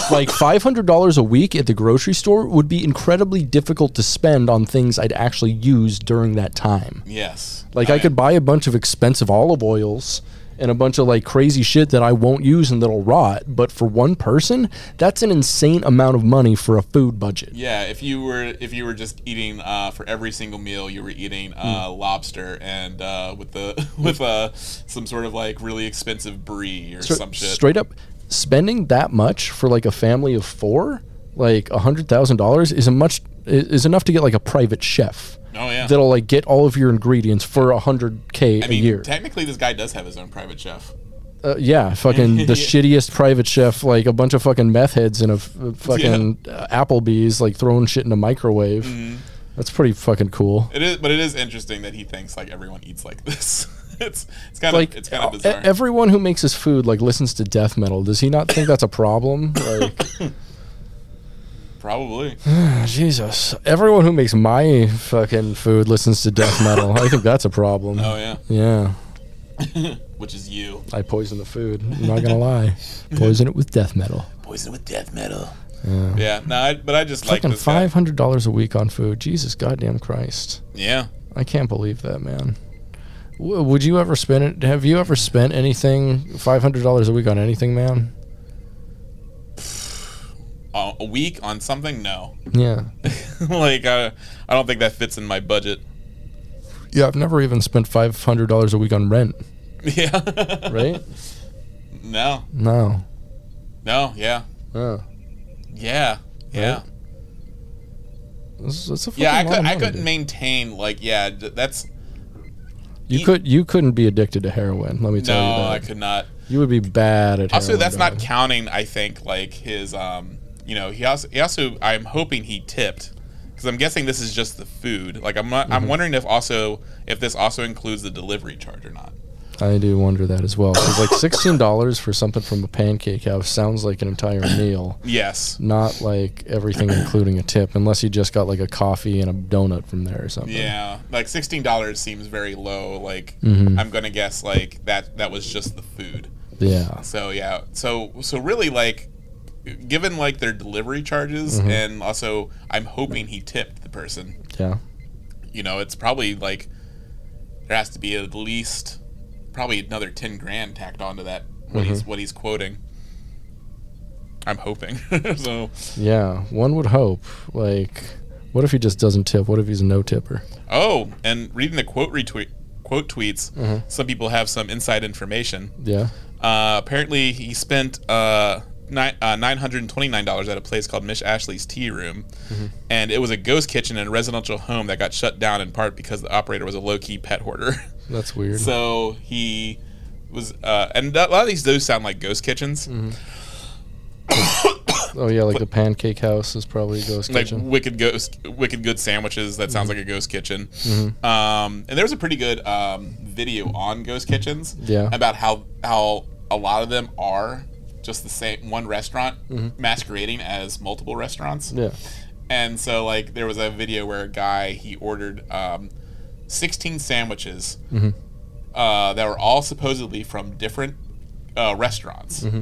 Speaker 1: like five hundred dollars a week at the grocery store would be incredibly difficult to spend on things I'd actually use during that time.
Speaker 2: Yes.
Speaker 1: Like I could buy a bunch of expensive olive oils and a bunch of like crazy shit that I won't use and that'll rot, but for one person, that's an insane amount of money for a food budget.
Speaker 2: Yeah, if you were if you were just eating uh, for every single meal, you were eating uh,
Speaker 1: Hmm.
Speaker 2: lobster and uh, with the with uh, some sort of like really expensive brie or
Speaker 1: Stra-
Speaker 2: some shit.
Speaker 1: Straight up spending that much for like a family of 4, like $100,000 is a much i- is enough to get like a private chef.
Speaker 2: Oh, yeah.
Speaker 1: That'll like get all of your ingredients for a 100k
Speaker 2: I
Speaker 1: a
Speaker 2: mean,
Speaker 1: year.
Speaker 2: technically, this guy does have his own private chef.
Speaker 1: Uh, yeah, fucking the shittiest private chef, like a bunch of fucking meth heads and a f- a fucking uh, Applebee's, like throwing shit in a microwave.
Speaker 2: Mm-hmm.
Speaker 1: That's pretty fucking cool.
Speaker 2: It is, but it is interesting that he thinks like everyone eats like this. it's it's kind
Speaker 1: Like
Speaker 2: of it's kind of
Speaker 1: e-
Speaker 2: bizarre.
Speaker 1: everyone who makes his food like listens to death metal. Does he not think that's a problem? Like e-,
Speaker 2: Probably.
Speaker 1: Jesus, everyone who makes my fucking food listens to death metal. I think that's a problem.
Speaker 2: Oh yeah,
Speaker 1: Yeah,
Speaker 2: which is you.
Speaker 1: I poison the food. I'm not gonna lie, poison it with death metal.
Speaker 2: Poison with death metal. Yeah. No, I, but I just like
Speaker 1: Fucking
Speaker 2: this guy.
Speaker 1: five hundred dollars a week on food. Jesus goddamn Christ.
Speaker 2: Yeah.
Speaker 1: I can't believe that, man. W- would you ever spend it? Have you ever spent anything five hundred dollars a week on anything, man?
Speaker 2: Uh, a week on something? No.
Speaker 1: Yeah,
Speaker 2: like I, I don't think that fits in my budget.
Speaker 1: yeah. I've never even spent five hundred dollars a week on rent.
Speaker 2: Yeah.
Speaker 1: Right?
Speaker 2: no.
Speaker 1: no.
Speaker 2: No. Yeah.
Speaker 1: Oh.
Speaker 2: Yeah. Yeah.
Speaker 1: That's, that's a fucking
Speaker 2: Yeah.
Speaker 1: lot
Speaker 2: I
Speaker 1: of
Speaker 2: could. I
Speaker 1: money,
Speaker 2: couldn't
Speaker 1: dude.
Speaker 2: maintain. Like. Yeah. d- That's.
Speaker 1: You could. You couldn't be addicted to heroin. Let me tell you
Speaker 2: e No.
Speaker 1: that.
Speaker 2: I could not.
Speaker 1: You would be bad at.
Speaker 2: Also,
Speaker 1: heroin,
Speaker 2: that's
Speaker 1: dog.
Speaker 2: not counting. I think like his. Um. You know. He also. He also. I'm hoping he tipped. Because I'm guessing this is just the food. Like I'm. Not,
Speaker 1: Mm-hmm.
Speaker 2: I'm wondering if also if this also includes the delivery charge or not.
Speaker 1: I do wonder that as well. 'cause, like sixteen dollars for something from a pancake house sounds like an entire meal.
Speaker 2: Yes.
Speaker 1: not like everything including a tip unless you just got like a coffee and a donut from there or something
Speaker 2: Yeah, like sixteen dollars seems very low. Like I'm gonna guess like that that was just the food.
Speaker 1: yeah
Speaker 2: So yeah, so so really like, given like their delivery charges and also I'm hoping he tipped the person.
Speaker 1: yeah
Speaker 2: You know, it's probably like there has to be at least probably another ten grand tacked onto that what he's what he's quoting. I'm hoping. so
Speaker 1: yeah one would hope like what if he just doesn't tip what if he's a no tipper
Speaker 2: oh, and reading the quote retweet quote tweets, some people have some inside information.
Speaker 1: yeah
Speaker 2: Uh, apparently, he spent uh, ni- uh, $929 at a place called Miss Ashley's Tea Room. And it was a ghost kitchen in a residential home that got shut down in part because the operator was a low key pet hoarder.
Speaker 1: that's weird
Speaker 2: so he was, uh, and a lot of these do sound like ghost kitchens,
Speaker 1: oh yeah like the pancake house is probably a ghost
Speaker 2: like
Speaker 1: kitchen Mm-hmm.
Speaker 2: wicked ghost, wicked good sandwiches. That sounds like a ghost kitchen. Um, and there was a pretty good um, video on ghost kitchens
Speaker 1: Yeah.
Speaker 2: about how how a lot of them are just the same one restaurant masquerading as multiple restaurants.
Speaker 1: Mm-hmm. yeah
Speaker 2: And so like there was a video where a guy he ordered um, 16 sandwiches
Speaker 1: Mm-hmm.
Speaker 2: uh, that were all supposedly from different uh, restaurants.
Speaker 1: Mm-hmm.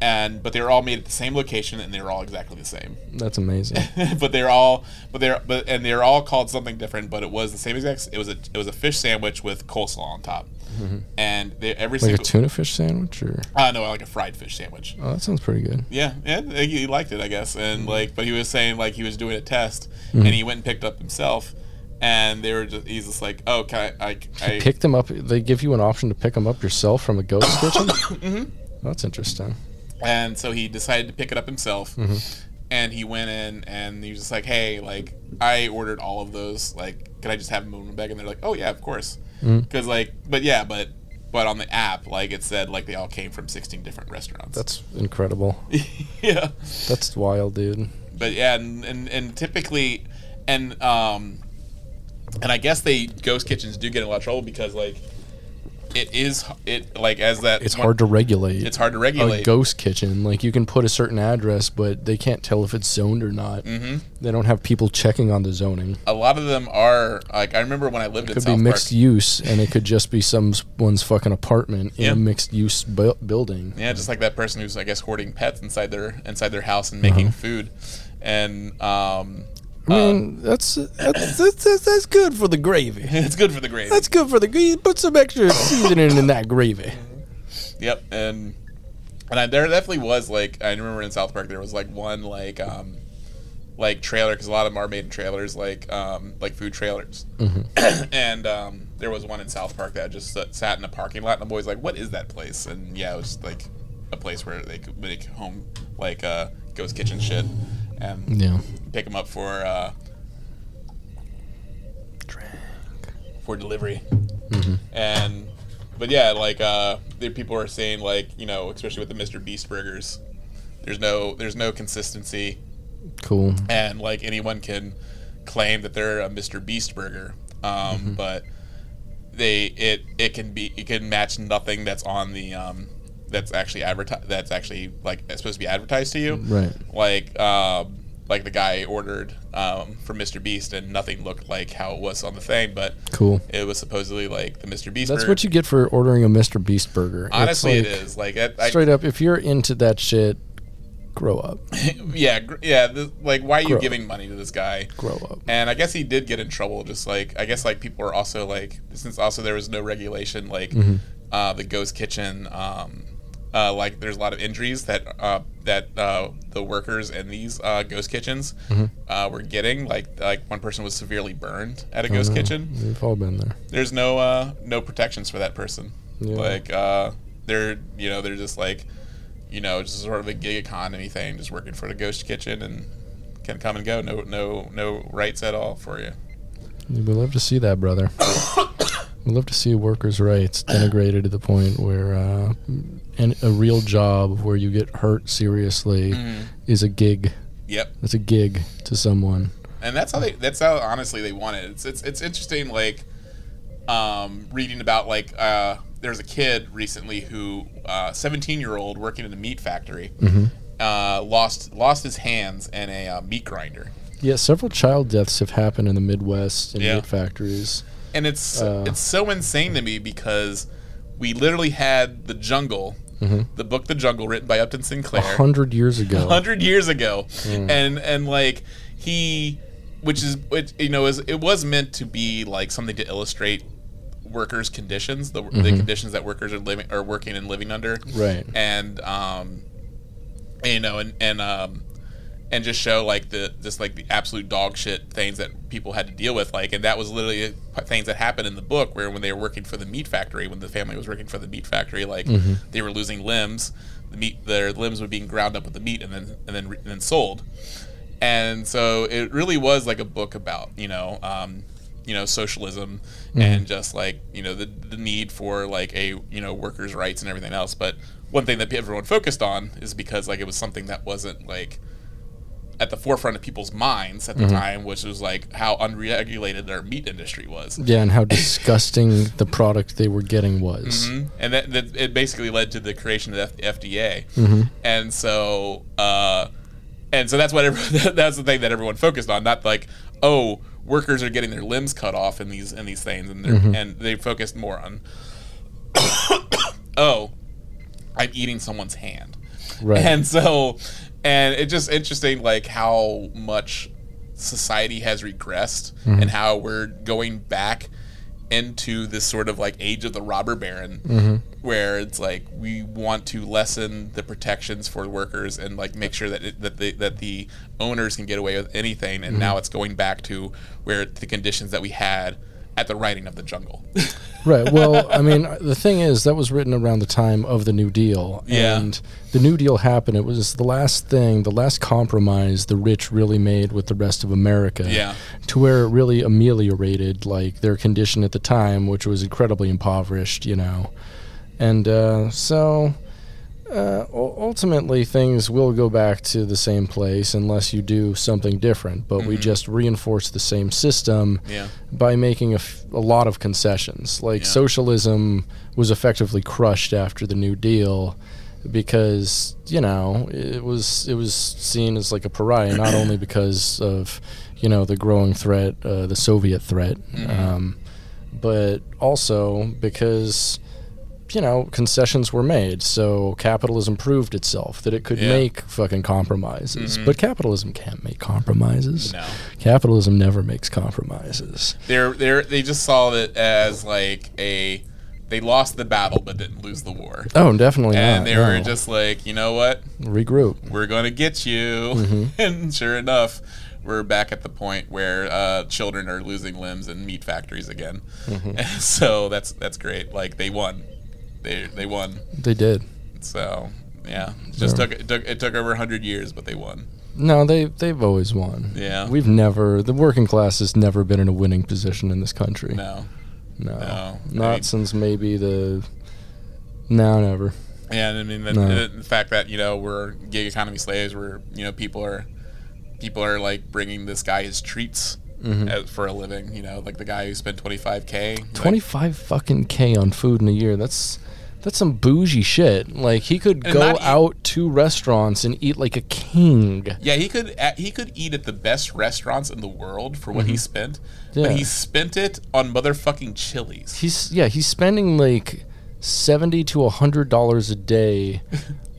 Speaker 2: And but they were all made at the same location and they were all exactly the same.
Speaker 1: that's amazing
Speaker 2: but they're all but they're but and they're all called something different, but it was the same exact it was a it was a fish sandwich with coleslaw on top. And they, every
Speaker 1: Mm-hmm. like a
Speaker 2: single
Speaker 1: tuna fish sandwich or
Speaker 2: uh, no, like a fried fish sandwich.
Speaker 1: oh that sounds pretty good
Speaker 2: Yeah, yeah, he he liked it, I guess. And
Speaker 1: Mm-hmm.
Speaker 2: like, but he was saying like he was doing a test, and he went and picked up himself, and they were just he's just like, oh, can I, I, I
Speaker 1: pick them up they give you an option to pick them up yourself from a
Speaker 2: Mm-hmm.
Speaker 1: ghost kitchen that's interesting Mm-hmm.
Speaker 2: and so he decided to pick it up himself, and he went in and he was just like, "Hey, like I ordered all of those. Like, can I just have them in my bag?" And they're like, "Oh yeah, of course."
Speaker 1: Mm-hmm.
Speaker 2: Because like, but yeah, but but on the app, like it said, like they all came from sixteen different restaurants.
Speaker 1: That's incredible.
Speaker 2: yeah,
Speaker 1: That's wild, dude.
Speaker 2: but yeah, and and, and typically, and um, and I guess they ghost kitchens do get in a lot of trouble because like it is it like as that
Speaker 1: It's hard to regulate.
Speaker 2: it's hard to regulate.
Speaker 1: a ghost kitchen. Like you can put a certain address, but they can't tell if it's zoned or not. Mm-hmm. They don't have people checking on the zoning.
Speaker 2: a lot of them are like I remember when I lived in
Speaker 1: could
Speaker 2: South
Speaker 1: be
Speaker 2: Park.
Speaker 1: mixed use, and it could just be someone's fucking apartment in
Speaker 2: Yeah.
Speaker 1: a mixed use bu- building.
Speaker 2: Yeah, just like that person who's I guess hoarding pets inside their inside their house and making food, and um,
Speaker 1: I mean, that's, that's, that's that's that's good for the gravy.
Speaker 2: it's good for the gravy.
Speaker 1: That's good for the gravy. Put some extra seasoning in that gravy.
Speaker 2: Yep, and and I, there definitely was like I remember in South Park there was like one like um like trailer because a lot of them are made in trailers like um like food trailers, and um there was one in South Park that just sat- sat in a parking lot and the boys like what is that place and yeah it was just, like a place where they could make home like uh ghost kitchen shit and
Speaker 1: Yeah.
Speaker 2: pick them up for uh for delivery. And but yeah, like uh, the people are saying like you know, especially with the Mr. Beast burgers, there's no there's no consistency,
Speaker 1: Cool.
Speaker 2: and like anyone can claim that they're a Mr. Beast burger, um,
Speaker 1: Mm-hmm.
Speaker 2: but they it it can be it can match nothing that's on the um, that's actually advertised that's actually like supposed to be advertised to you,
Speaker 1: Right.
Speaker 2: like um, like the guy ordered um, from Mr. Beast, and nothing looked like how it was on the thing, but
Speaker 1: Cool.
Speaker 2: it was supposedly like the Mr. Beast.
Speaker 1: That's
Speaker 2: burger.
Speaker 1: what you get for ordering a Mr. Beast burger. It's
Speaker 2: Honestly,
Speaker 1: like-
Speaker 2: it is like I, I,
Speaker 1: Straight up, if you're into that shit, grow up.
Speaker 2: yeah, gr- yeah. This, like, why are you
Speaker 1: Grow.
Speaker 2: giving money to this guy?
Speaker 1: Grow up.
Speaker 2: And I guess he did get in trouble. Just like I guess like people are also like since also there was no regulation like
Speaker 1: Mm-hmm.
Speaker 2: uh, the ghost kitchen. Um, uh, like there's a lot of injuries that uh, that uh, the workers in these uh, ghost kitchens
Speaker 1: Mm-hmm.
Speaker 2: uh, were getting. Like like one person was severely burned at a ghost kitchen.
Speaker 1: We've all been there.
Speaker 2: there's no uh, no protections for that person.
Speaker 1: Yeah.
Speaker 2: Like uh, they're you know they're just like you know just sort of a gig economy thing, just working for the ghost kitchen and can come and go. No no no rights at all for you.
Speaker 1: We love to see that, brother. we love to see workers' rights denigrated to the point where uh, and a real job where you get hurt seriously
Speaker 2: Mm-hmm.
Speaker 1: is a gig.
Speaker 2: Yep.
Speaker 1: That's a gig to someone.
Speaker 2: and that's how they that's how honestly they want it it's it's, it's interesting like um, reading about like uh, there's a kid recently who uh, 17 year old working in a meat factory uh, lost lost his hands in a uh, meat grinder
Speaker 1: Yeah, several child deaths have happened in the Midwest in
Speaker 2: Yeah.
Speaker 1: meat factories.
Speaker 2: and it's
Speaker 1: Uh.
Speaker 2: it's so insane to me because we literally had the jungle the book the jungle written by upton sinclair
Speaker 1: Mm-hmm. A hundred Mm. years ago.
Speaker 2: hundred years ago, and and like he, which is which, you know is it was meant to be like something to illustrate workers' conditions, the, the conditions that workers are living are working and living under,
Speaker 1: Right.
Speaker 2: And um, you know, and and um, and just show like the just like the absolute dog shit things that people had to deal with like and that was literally things that happened in the book where when they were working for the meat factory when the family was working for the meat factory like they were losing limbs the meat their limbs were being ground up with the meat and then and then re- and then sold and so it really was like a book about you know um, you know socialism and just like you know the, the need for like a you know workers' rights and everything else but one thing that everyone focused on is because like it was something that wasn't like at the forefront of people's minds at the time, which was like how unregulated their meat industry was.
Speaker 1: Yeah, and how disgusting the product they were getting was.
Speaker 2: Mm-hmm. And that, that it basically led to the creation of the F- FDA. And so, uh, and so that's what every, that's the thing that everyone focused on. Not like, oh, workers are getting their limbs cut off in these in these things, and they're and they focused more on, oh, I'm eating someone's hand.
Speaker 1: Right.
Speaker 2: Mm-hmm. And so, and it's just interesting, like how much society has regressed and how we're going back into this sort of like age of the robber baron, where it's like we want to lessen the protections for workers and like make sure that it, that the that the owners can get away with anything, and now it's going back to where the conditions that we had at the writing of the jungle.
Speaker 1: Right. Well, I mean, the thing is, that was written around the time of the New Deal.
Speaker 2: Yeah.
Speaker 1: And the New Deal happened. It was the last thing, the last compromise the rich really made with the rest of America.
Speaker 2: Yeah.
Speaker 1: To where it really ameliorated, like, their condition at the time, which was incredibly impoverished, you know. And uh, so. Uh, u- ultimately, things will go back to the same place unless you do something different. But we
Speaker 2: Mm-hmm.
Speaker 1: just reinforce the same system
Speaker 2: Yeah.
Speaker 1: by making a, f- a lot of concessions. Like
Speaker 2: Yeah.
Speaker 1: socialism was effectively crushed after the New Deal because you know it was it was seen as like a pariah not only because of you know the growing threat uh, the Soviet threat
Speaker 2: Mm-hmm.
Speaker 1: um, but also because you know concessions were made so capitalism proved itself that it could
Speaker 2: Yeah. Mm-hmm.
Speaker 1: make fucking compromises but capitalism can't make compromises
Speaker 2: No.
Speaker 1: capitalism never makes compromises
Speaker 2: They're they're they just saw it as like a they lost the battle but didn't lose the war.
Speaker 1: Oh, definitely
Speaker 2: And
Speaker 1: not.
Speaker 2: they
Speaker 1: no.
Speaker 2: were just like, you know what?
Speaker 1: regroup.
Speaker 2: We're gonna get you. and sure enough, we're back at the point where uh, children are losing limbs in meat factories again. so that's that's great. Like they won. They they won.
Speaker 1: They did.
Speaker 2: So yeah, It just took it took it took over hundred years, but they won.
Speaker 1: No, they they've always won.
Speaker 2: Yeah.
Speaker 1: we've never. The working class has never been in a winning position in this country.
Speaker 2: No.
Speaker 1: no,
Speaker 2: no. I
Speaker 1: not
Speaker 2: mean-
Speaker 1: since maybe the. No, never.
Speaker 2: And I mean, the,
Speaker 1: No.
Speaker 2: the fact that you know we're gig economy slaves, where you know people are, people are like bringing this guy his treats
Speaker 1: Mm-hmm.
Speaker 2: as, for a living. You know, like the guy who spent twenty five k.
Speaker 1: Twenty five fucking k on food in a year. That's that's some bougie shit. Like he could
Speaker 2: And
Speaker 1: go
Speaker 2: not e eat-
Speaker 1: out to restaurants and eat like a king.
Speaker 2: Yeah, he could at- he could eat at the best restaurants in the world for what he spent,
Speaker 1: Mm-hmm. Yeah.
Speaker 2: but he spent it on motherfucking chilies.
Speaker 1: He's yeah, he's spending like seventy to hundred dollars a day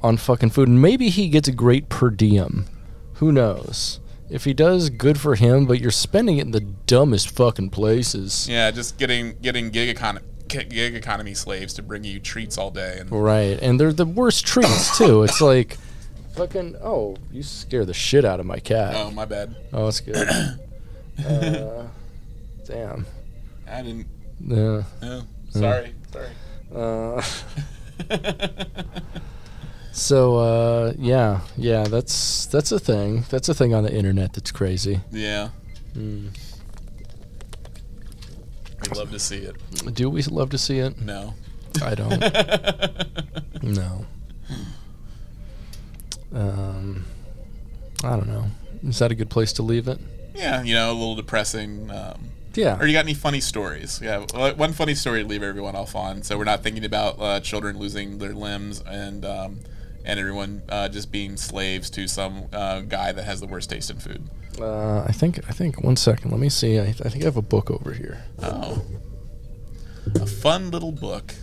Speaker 1: on fucking food. And Maybe he gets a great per diem. Who knows? If he does, good for him. But you're spending it in the dumbest fucking places.
Speaker 2: Yeah, just getting getting gig economy gig economy slaves to bring you treats all day and
Speaker 1: Right, and they're the worst treats too. It's like fucking. Oh, you scare the shit out of my cat.
Speaker 2: oh my bad,
Speaker 1: Oh, it's good. uh, damn.
Speaker 2: I didn't.
Speaker 1: Yeah.
Speaker 2: No, sorry, sorry.
Speaker 1: Uh, so uh, yeah, yeah, that's that's a thing. That's a thing on the internet that's crazy.
Speaker 2: Yeah. I'd love to see it.
Speaker 1: Do we love to see it?
Speaker 2: No.
Speaker 1: I don't. no. Um, I don't know. Is that a good place to leave it?
Speaker 2: Yeah, you know, a little depressing. Um, or
Speaker 1: Yeah.
Speaker 2: you got any funny stories? Yeah, well, uh, one funny story to leave everyone off on. So we're not thinking about uh, children losing their limbs and um, and everyone uh, just being slaves to some uh, guy that has the worst taste in food.
Speaker 1: Uh, I think I think one second. Let me see. I, I think I have a book over here.
Speaker 2: Oh, a fun little book.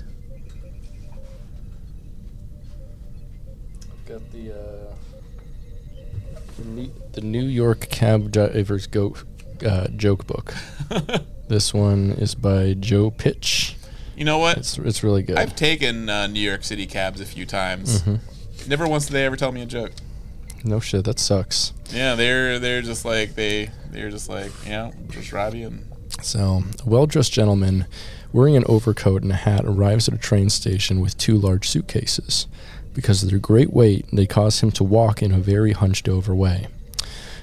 Speaker 1: Got the uh, the, New, the New York cab driver's go, uh, joke book. this one is by Joe Pitch.
Speaker 2: You know what?
Speaker 1: It's it's really good. Mm-hmm.
Speaker 2: I've taken uh, New York City cabs a few times. Never once did they ever tell me a joke.
Speaker 1: no shit, that sucks.
Speaker 2: Yeah, they're they're just like they they're just like yeah, just rob you and
Speaker 1: So, a well dressed gentleman wearing an overcoat and a hat arrives at a train station with two large suitcases. Because of their great weight, they cause him to walk in a very hunched over way.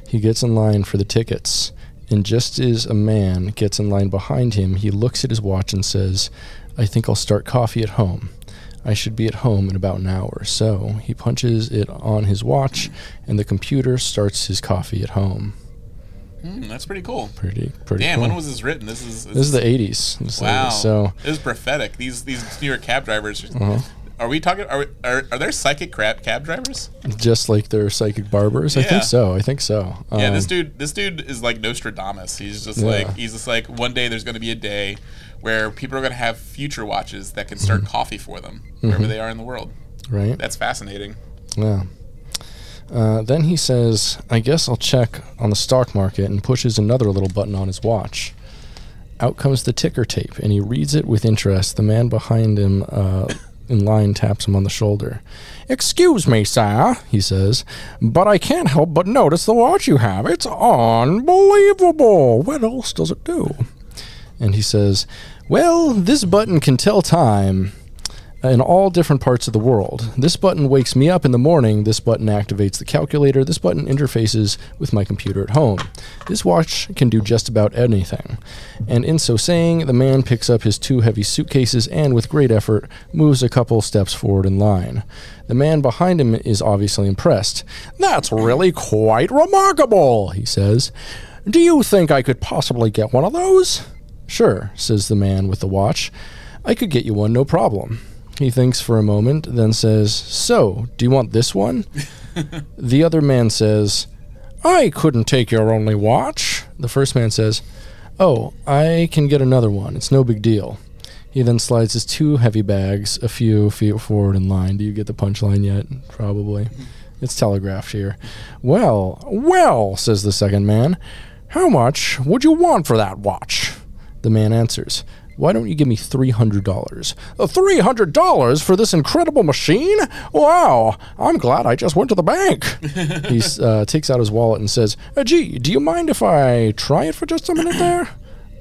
Speaker 1: He gets in line for the tickets, and just as a man gets in line behind him, he looks at his watch and says, I think I'll start coffee at home. I should be at home in about an hour. So he punches it on his watch, and the computer starts his coffee at home.
Speaker 2: mm, that's pretty cool.
Speaker 1: Pretty, pretty.
Speaker 2: Damn,
Speaker 1: cool.
Speaker 2: when was this written? This is
Speaker 1: This is the 80s. This is the
Speaker 2: wow.
Speaker 1: 80s. So Uh-huh.
Speaker 2: this is prophetic. These these New York cab drivers. Are we talking? Are, we- are are there psychic crap cab drivers?
Speaker 1: just like their psychic barbers, I
Speaker 2: Yeah.
Speaker 1: think so. I think so.
Speaker 2: yeah,
Speaker 1: Um,
Speaker 2: this dude this dude is like Nostradamus. He's just
Speaker 1: Yeah.
Speaker 2: like he's just like one day there's going to be a day where people are going to have future watches that can
Speaker 1: Mm-hmm.
Speaker 2: start coffee for them wherever they are in the world.
Speaker 1: Um, right.
Speaker 2: That's fascinating.
Speaker 1: Yeah. Uh, then he says, "I guess I'll check on the stock market," and pushes another little button on his watch. Out comes the ticker tape, and he reads it with interest. The man behind him uh, in line taps him on the shoulder. "Excuse me, sir," he says, "but I can't help but notice the watch you have. It's unbelievable. What else does it do?" And he says, Well, this button can tell time in all different parts of the world. This button wakes me up in the morning. This button activates the calculator. This button interfaces with my computer at home. This watch can do just about anything. And in so saying, the man picks up his two heavy suitcases and, with great effort, moves a couple steps forward in line. The man behind him is obviously impressed. That's really quite remarkable, he says. Do you think I could possibly get one of those? Sure, says the man with the watch. I could get you one, no problem. He thinks for a moment, then says, So, do you want this one? the other man says, I couldn't take your only watch. The first man says, Oh, I can get another one. It's no big deal. He then slides his two heavy bags a few feet forward in line. Do you get the punchline yet? Probably. It's telegraphed here. Well, well, says the second man, how much would you want for that watch? The man answers, why don't you give me $300? Uh, $300 for this incredible machine? Wow, I'm glad I just went to the bank. he uh, takes out his wallet and says, uh, Gee, do you mind if I try it for just a minute there?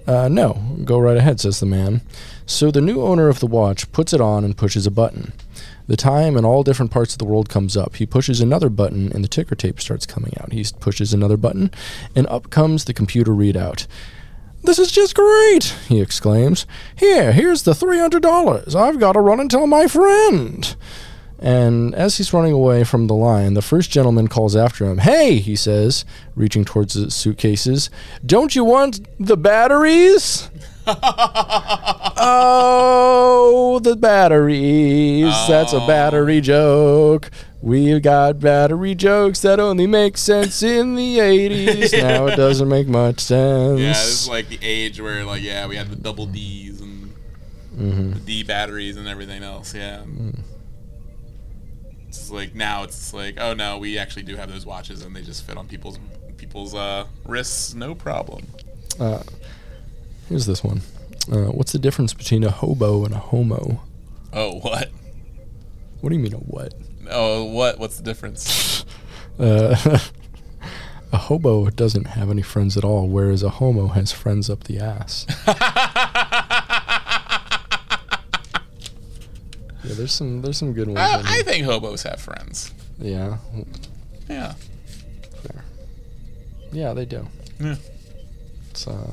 Speaker 1: Uh, no, go right ahead, says the man. So the new owner of the watch puts it on and pushes a button. The time in all different parts of the world comes up. He pushes another button and the ticker tape starts coming out. He pushes another button and up comes the computer readout. This is just great, he exclaims. Here, here's the $300. I've got to run and tell my friend. And as he's running away from the line, the first gentleman calls after him. Hey, he says, reaching towards his suitcases, don't you want the batteries? oh, the batteries.
Speaker 2: Oh.
Speaker 1: That's a battery joke. We got battery jokes that only make sense in the 80s. Now it doesn't make much sense.
Speaker 2: Yeah, this is like the age where, like, yeah, we had the double D's and the D batteries and everything else. Yeah. It's just like now it's just like, oh no, we actually do have those watches and they just fit on people's people's uh, wrists, no problem.
Speaker 1: Here's this one. Uh, what's the difference between a hobo and a homo?
Speaker 2: Oh what?
Speaker 1: What do you mean a what?
Speaker 2: Oh what? What's the difference?
Speaker 1: Uh, a hobo doesn't have any friends at all, whereas a homo has friends up the ass. yeah, there's some there's some good ones.
Speaker 2: I,
Speaker 1: in
Speaker 2: I
Speaker 1: here.
Speaker 2: think hobos have friends.
Speaker 1: yeah,
Speaker 2: Yeah.
Speaker 1: yeah, they do.
Speaker 2: Yeah.
Speaker 1: It's, uh,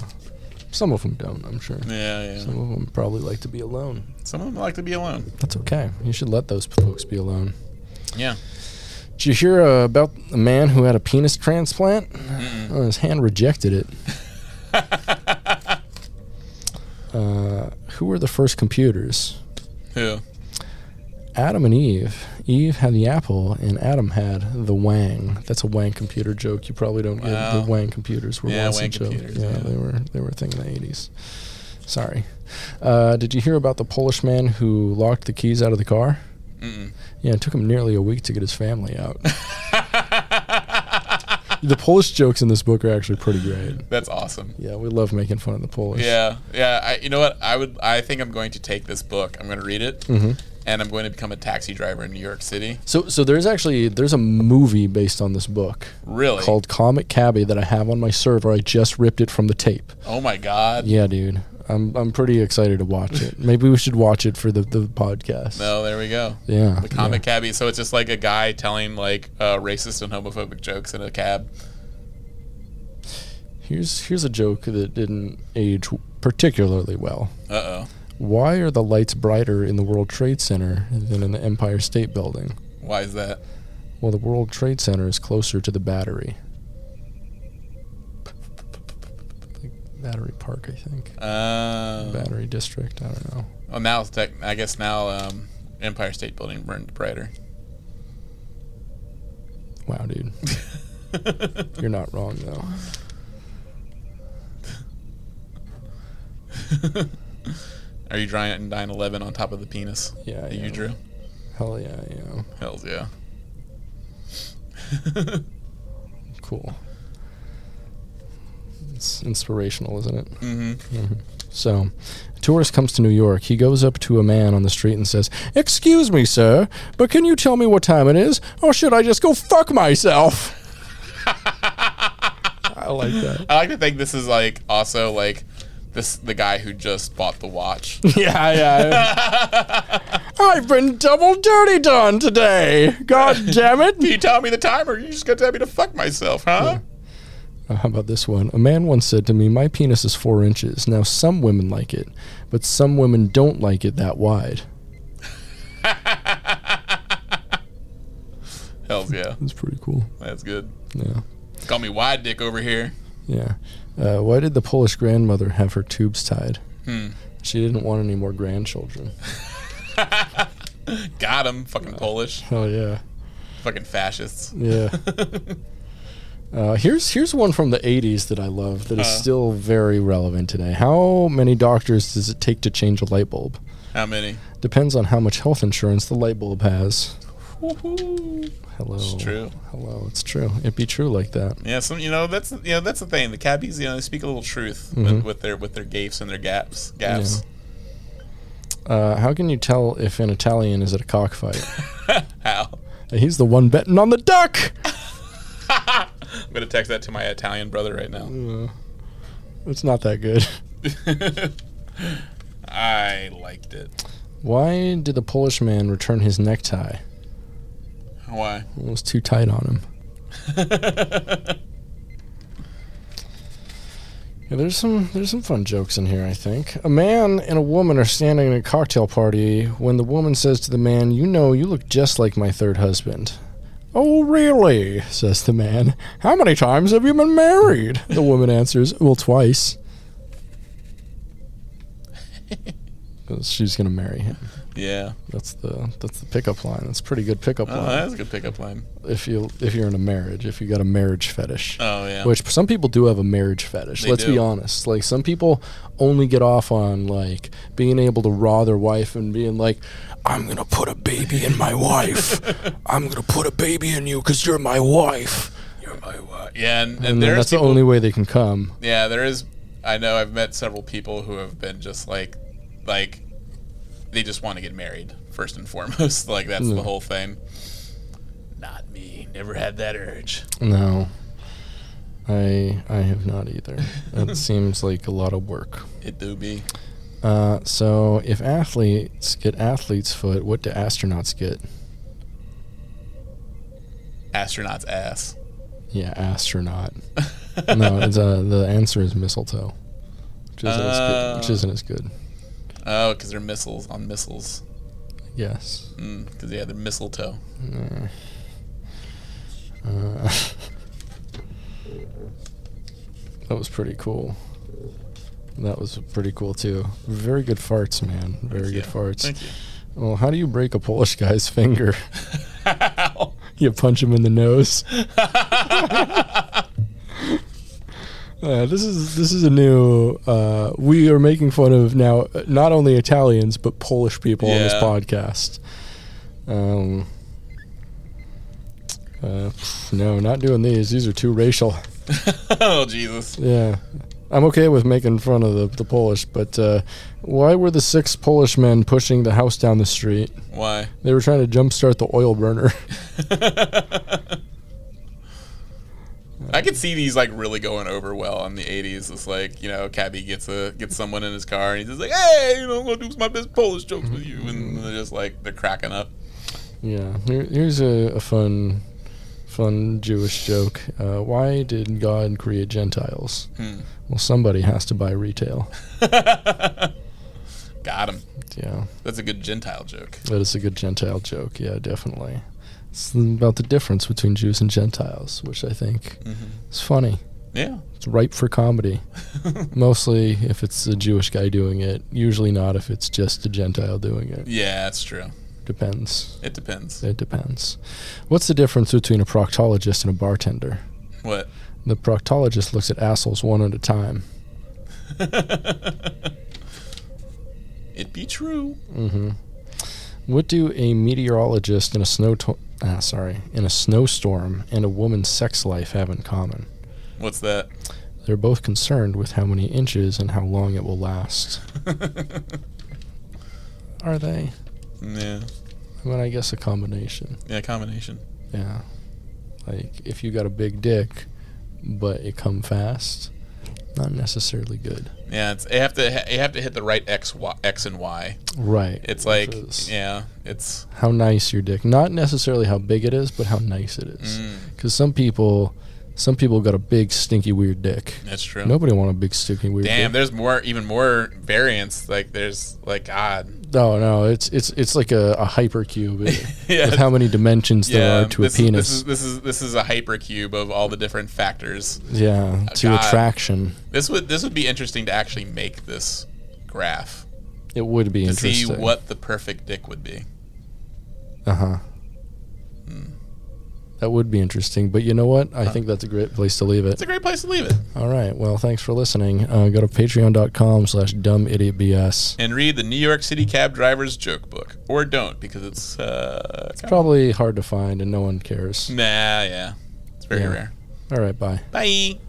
Speaker 1: some of them don't. I'm sure.
Speaker 2: Yeah, yeah.
Speaker 1: Some of them probably like to be alone.
Speaker 2: Some of them like to be alone.
Speaker 1: That's okay. You should let those folks be alone.
Speaker 2: Yeah.
Speaker 1: Did you hear uh, about a man who had a penis transplant? Uh, his hand rejected it. uh, who were the first computers?
Speaker 2: Who?
Speaker 1: Adam and Eve. Eve had the apple, and Adam had the wang. That's a wang computer joke. You probably don't get
Speaker 2: Wow.
Speaker 1: the wang computers were
Speaker 2: Yeah,
Speaker 1: once a
Speaker 2: wang
Speaker 1: joke.
Speaker 2: computers,
Speaker 1: yeah,
Speaker 2: yeah.
Speaker 1: they were they were a thing in the eighties. Sorry. Uh, did you hear about the Polish man who locked the keys out of the car?
Speaker 2: Mm-mm.
Speaker 1: Yeah, it took him nearly a week to get his family out. the Polish jokes in this book are actually pretty great.
Speaker 2: That's awesome.
Speaker 1: Yeah, we love making fun of the Polish.
Speaker 2: Yeah, yeah. I, you know what? I would. I think I'm going to take this book. I'm going to read it,
Speaker 1: Mm-hmm.
Speaker 2: and I'm going to become a taxi driver in New York City.
Speaker 1: So, so there's actually there's a movie based on this book
Speaker 2: Really?
Speaker 1: called Comic Cabbie that I have on my server. I just ripped it from the tape.
Speaker 2: Oh my God!
Speaker 1: Yeah, dude, I'm I'm pretty excited to watch it. Maybe we should watch it for the the podcast.
Speaker 2: No, there we go.
Speaker 1: Yeah.
Speaker 2: The comic cabbie. So it's just like a guy telling like uh, racist and homophobic jokes in a cab.
Speaker 1: Here's here's a joke that didn't age particularly well.
Speaker 2: Uh oh.
Speaker 1: Why are the lights brighter in the World Trade Center than in the Empire State Building?
Speaker 2: Why is that?
Speaker 1: Well, the World Trade Center is closer to the battery. Battery Park, I think.
Speaker 2: Uh,
Speaker 1: Battery District, I don't know.
Speaker 2: well, now it's tech. I guess now um, Empire State Building burned brighter.
Speaker 1: Wow, dude. You're not wrong, though.
Speaker 2: Are you drawing 9/11 on top of the penis?
Speaker 1: Yeah,
Speaker 2: that
Speaker 1: yeah.
Speaker 2: you drew.
Speaker 1: Hell yeah, yeah.
Speaker 2: Hell's yeah.
Speaker 1: Cool. It's inspirational, isn't it? Mm-hmm.
Speaker 2: hmm
Speaker 1: So, a tourist comes to New York. He goes up to a man on the street and says, Excuse me, sir, but can you tell me what time it is? Or should I just go fuck myself? I like that.
Speaker 2: I like to think this is like also like this the guy who just bought the watch.
Speaker 1: Yeah, yeah. I've been double dirty done today. God damn it.
Speaker 2: you tell me the timer. You just gonna tell me to fuck myself,
Speaker 1: Uh,
Speaker 2: huh?
Speaker 1: How about this one? A man once said to me, My penis is four inches. Now, some women like it, but some women don't like it that wide.
Speaker 2: Hells yeah,
Speaker 1: That's pretty cool.
Speaker 2: that's good.
Speaker 1: Yeah.
Speaker 2: Call me wide dick over here.
Speaker 1: Yeah. Uh, why did the Polish grandmother have her tubes tied?
Speaker 2: Hmm.
Speaker 1: She didn't want any more grandchildren.
Speaker 2: Got him, fucking Polish,
Speaker 1: Oh, yeah.
Speaker 2: fucking fascists.
Speaker 1: Yeah. Uh, here's here's one from the 80s that I love that is
Speaker 2: Uh.
Speaker 1: still very relevant today. How many doctors does it take to change a light bulb?
Speaker 2: How many?
Speaker 1: Depends on how much health insurance the light bulb has.
Speaker 2: Woohoo.
Speaker 1: Hello.
Speaker 2: It's true.
Speaker 1: Hello. It's true. It be true like that.
Speaker 2: Yeah, some you know that's you know that's the thing. The cabbies, you know, they speak a little truth with, with their with their gapes and their gaps gaps.
Speaker 1: Uh, how can you tell if an Italian is at a cockfight?
Speaker 2: How?
Speaker 1: He's the one betting on the duck.
Speaker 2: I'm gonna text that to my Italian brother right now.
Speaker 1: It's not that good.
Speaker 2: I liked it.
Speaker 1: Why did the Polish man return his necktie?
Speaker 2: Why?
Speaker 1: It was too tight on him. Yeah, there's some there's some fun jokes in here, I think. A man and a woman are standing at a cocktail party when the woman says to the man, "You know, you look just like my third husband." "Oh, really?" says the man. "How many times have you been married?" The woman answers, "Well, twice." Cuz she's going to marry him.
Speaker 2: Yeah.
Speaker 1: That's the that's the pickup line. That's a pretty good pickup
Speaker 2: Oh,
Speaker 1: line
Speaker 2: that's a good pickup line.
Speaker 1: if you if you're in a marriage, if you got a marriage fetish.
Speaker 2: Oh yeah.
Speaker 1: Which some people do have a marriage fetish.
Speaker 2: They
Speaker 1: let's be
Speaker 2: do.
Speaker 1: honest. Like some people only get off on like being able to raw their wife and being like, "I'm gonna put a baby in my wife. I'm gonna put a baby in you because you're my wife."
Speaker 2: yeah, and, and,
Speaker 1: And then
Speaker 2: there's
Speaker 1: that's
Speaker 2: people,
Speaker 1: the only way they can come.
Speaker 2: Yeah, there is. I know I've met several people who have been just like, like, they just want to get married first and foremost. like that's
Speaker 1: Mm.
Speaker 2: the whole thing. Not me. Never had that urge.
Speaker 1: No, I I have not either. That seems like a lot of work.
Speaker 2: It do be.
Speaker 1: Uh, so if athletes get athlete's foot, what do astronauts get?
Speaker 2: Astronaut's ass.
Speaker 1: Yeah, astronaut. no, it's, uh, the answer is mistletoe, which isn't, as good, which
Speaker 2: Oh.
Speaker 1: isn't as good.
Speaker 2: Oh, because they're missiles on missiles.
Speaker 1: Yes. Uh,
Speaker 2: Because yeah, they're mistletoe.
Speaker 1: That was pretty cool. That was pretty cool too. Very good farts, man. Very good
Speaker 2: Yeah.
Speaker 1: farts.
Speaker 2: Thank you.
Speaker 1: Well, how do you break a Polish guy's finger? you punch him in the nose. Uh, this is this is a new. Uh, we are making fun of now uh, not only Italians but Polish people on this
Speaker 2: Yeah.
Speaker 1: podcast. Um, uh, no, not doing these. These are too racial.
Speaker 2: oh Jesus.
Speaker 1: Yeah. I'm okay with making fun of the, the Polish, but uh, why were the six Polish men pushing the house down the street?
Speaker 2: Why?
Speaker 1: They were trying to jumpstart the oil burner.
Speaker 2: I could see these like really going over well in the '80s. It's like you know, Cabby gets a gets someone in his car, and he's just like, "Hey, you know, I'm gonna do my best Polish jokes with you," and they're just like they're cracking up.
Speaker 1: yeah. Here, here's a, a fun, fun Jewish joke. Uh, why did God create Gentiles? Well, somebody has to buy retail.
Speaker 2: Got him.
Speaker 1: Yeah.
Speaker 2: That's a good Gentile joke.
Speaker 1: That is a good Gentile joke. Yeah, definitely. It's about the difference between Jews and Gentiles, which I think is funny.
Speaker 2: Yeah.
Speaker 1: It's ripe for comedy. Mostly if it's a Jewish guy doing it. Usually not if it's just a Gentile doing it.
Speaker 2: Yeah, that's true.
Speaker 1: Depends.
Speaker 2: It depends.
Speaker 1: It depends. What's the difference between a proctologist and a bartender?
Speaker 2: What?
Speaker 1: The proctologist looks at assholes one at a time.
Speaker 2: It be true.
Speaker 1: Mm-hmm. What do a meteorologist and a snow to- ah, sorry, in a snowstorm and a woman's sex life have in common?
Speaker 2: What's that?
Speaker 1: They're both concerned with how many inches and how long it will last. Are they?
Speaker 2: Yeah.
Speaker 1: I mean, I guess a combination.
Speaker 2: Yeah, combination.
Speaker 1: Yeah. Like if you got a big dick, but it come fast, not necessarily good.
Speaker 2: Yeah, it's, you have to you have to hit the right X, y, X and Y.
Speaker 1: Right.
Speaker 2: It's like
Speaker 1: Because
Speaker 2: yeah, it's
Speaker 1: how nice your dick. Not necessarily how big it is, but how nice it is.
Speaker 2: mm,
Speaker 1: Because some people, some people got a big stinky weird dick.
Speaker 2: that's true.
Speaker 1: Nobody want a big stinky weird.
Speaker 2: Damn,
Speaker 1: dick.
Speaker 2: there's more even more variants. Like there's like God.
Speaker 1: No, Oh, no, it's it's it's like a, a hypercube with-
Speaker 2: Yeah.
Speaker 1: with how many dimensions there
Speaker 2: yeah,
Speaker 1: are to a
Speaker 2: this is-
Speaker 1: penis.
Speaker 2: this is this is this is a hypercube of all the different factors.
Speaker 1: yeah, to
Speaker 2: God.
Speaker 1: attraction.
Speaker 2: This would this would be interesting to actually make this graph
Speaker 1: It would be
Speaker 2: to see
Speaker 1: interesting.
Speaker 2: what the perfect dick would be.
Speaker 1: Uh huh.
Speaker 2: Mm.
Speaker 1: That would be interesting, but you know what? I think that's a great place to leave it.
Speaker 2: It's a great place to leave it
Speaker 1: All right. Well, thanks for listening. Uh, go to patreon.com slash dumbidiotbs.
Speaker 2: and read the New York City cab driver's joke book, or don't because it's uh, it's
Speaker 1: Probably hard to find and no one cares.
Speaker 2: nah yeah, it's very
Speaker 1: Yeah.
Speaker 2: rare.
Speaker 1: All right. Bye.
Speaker 2: Bye.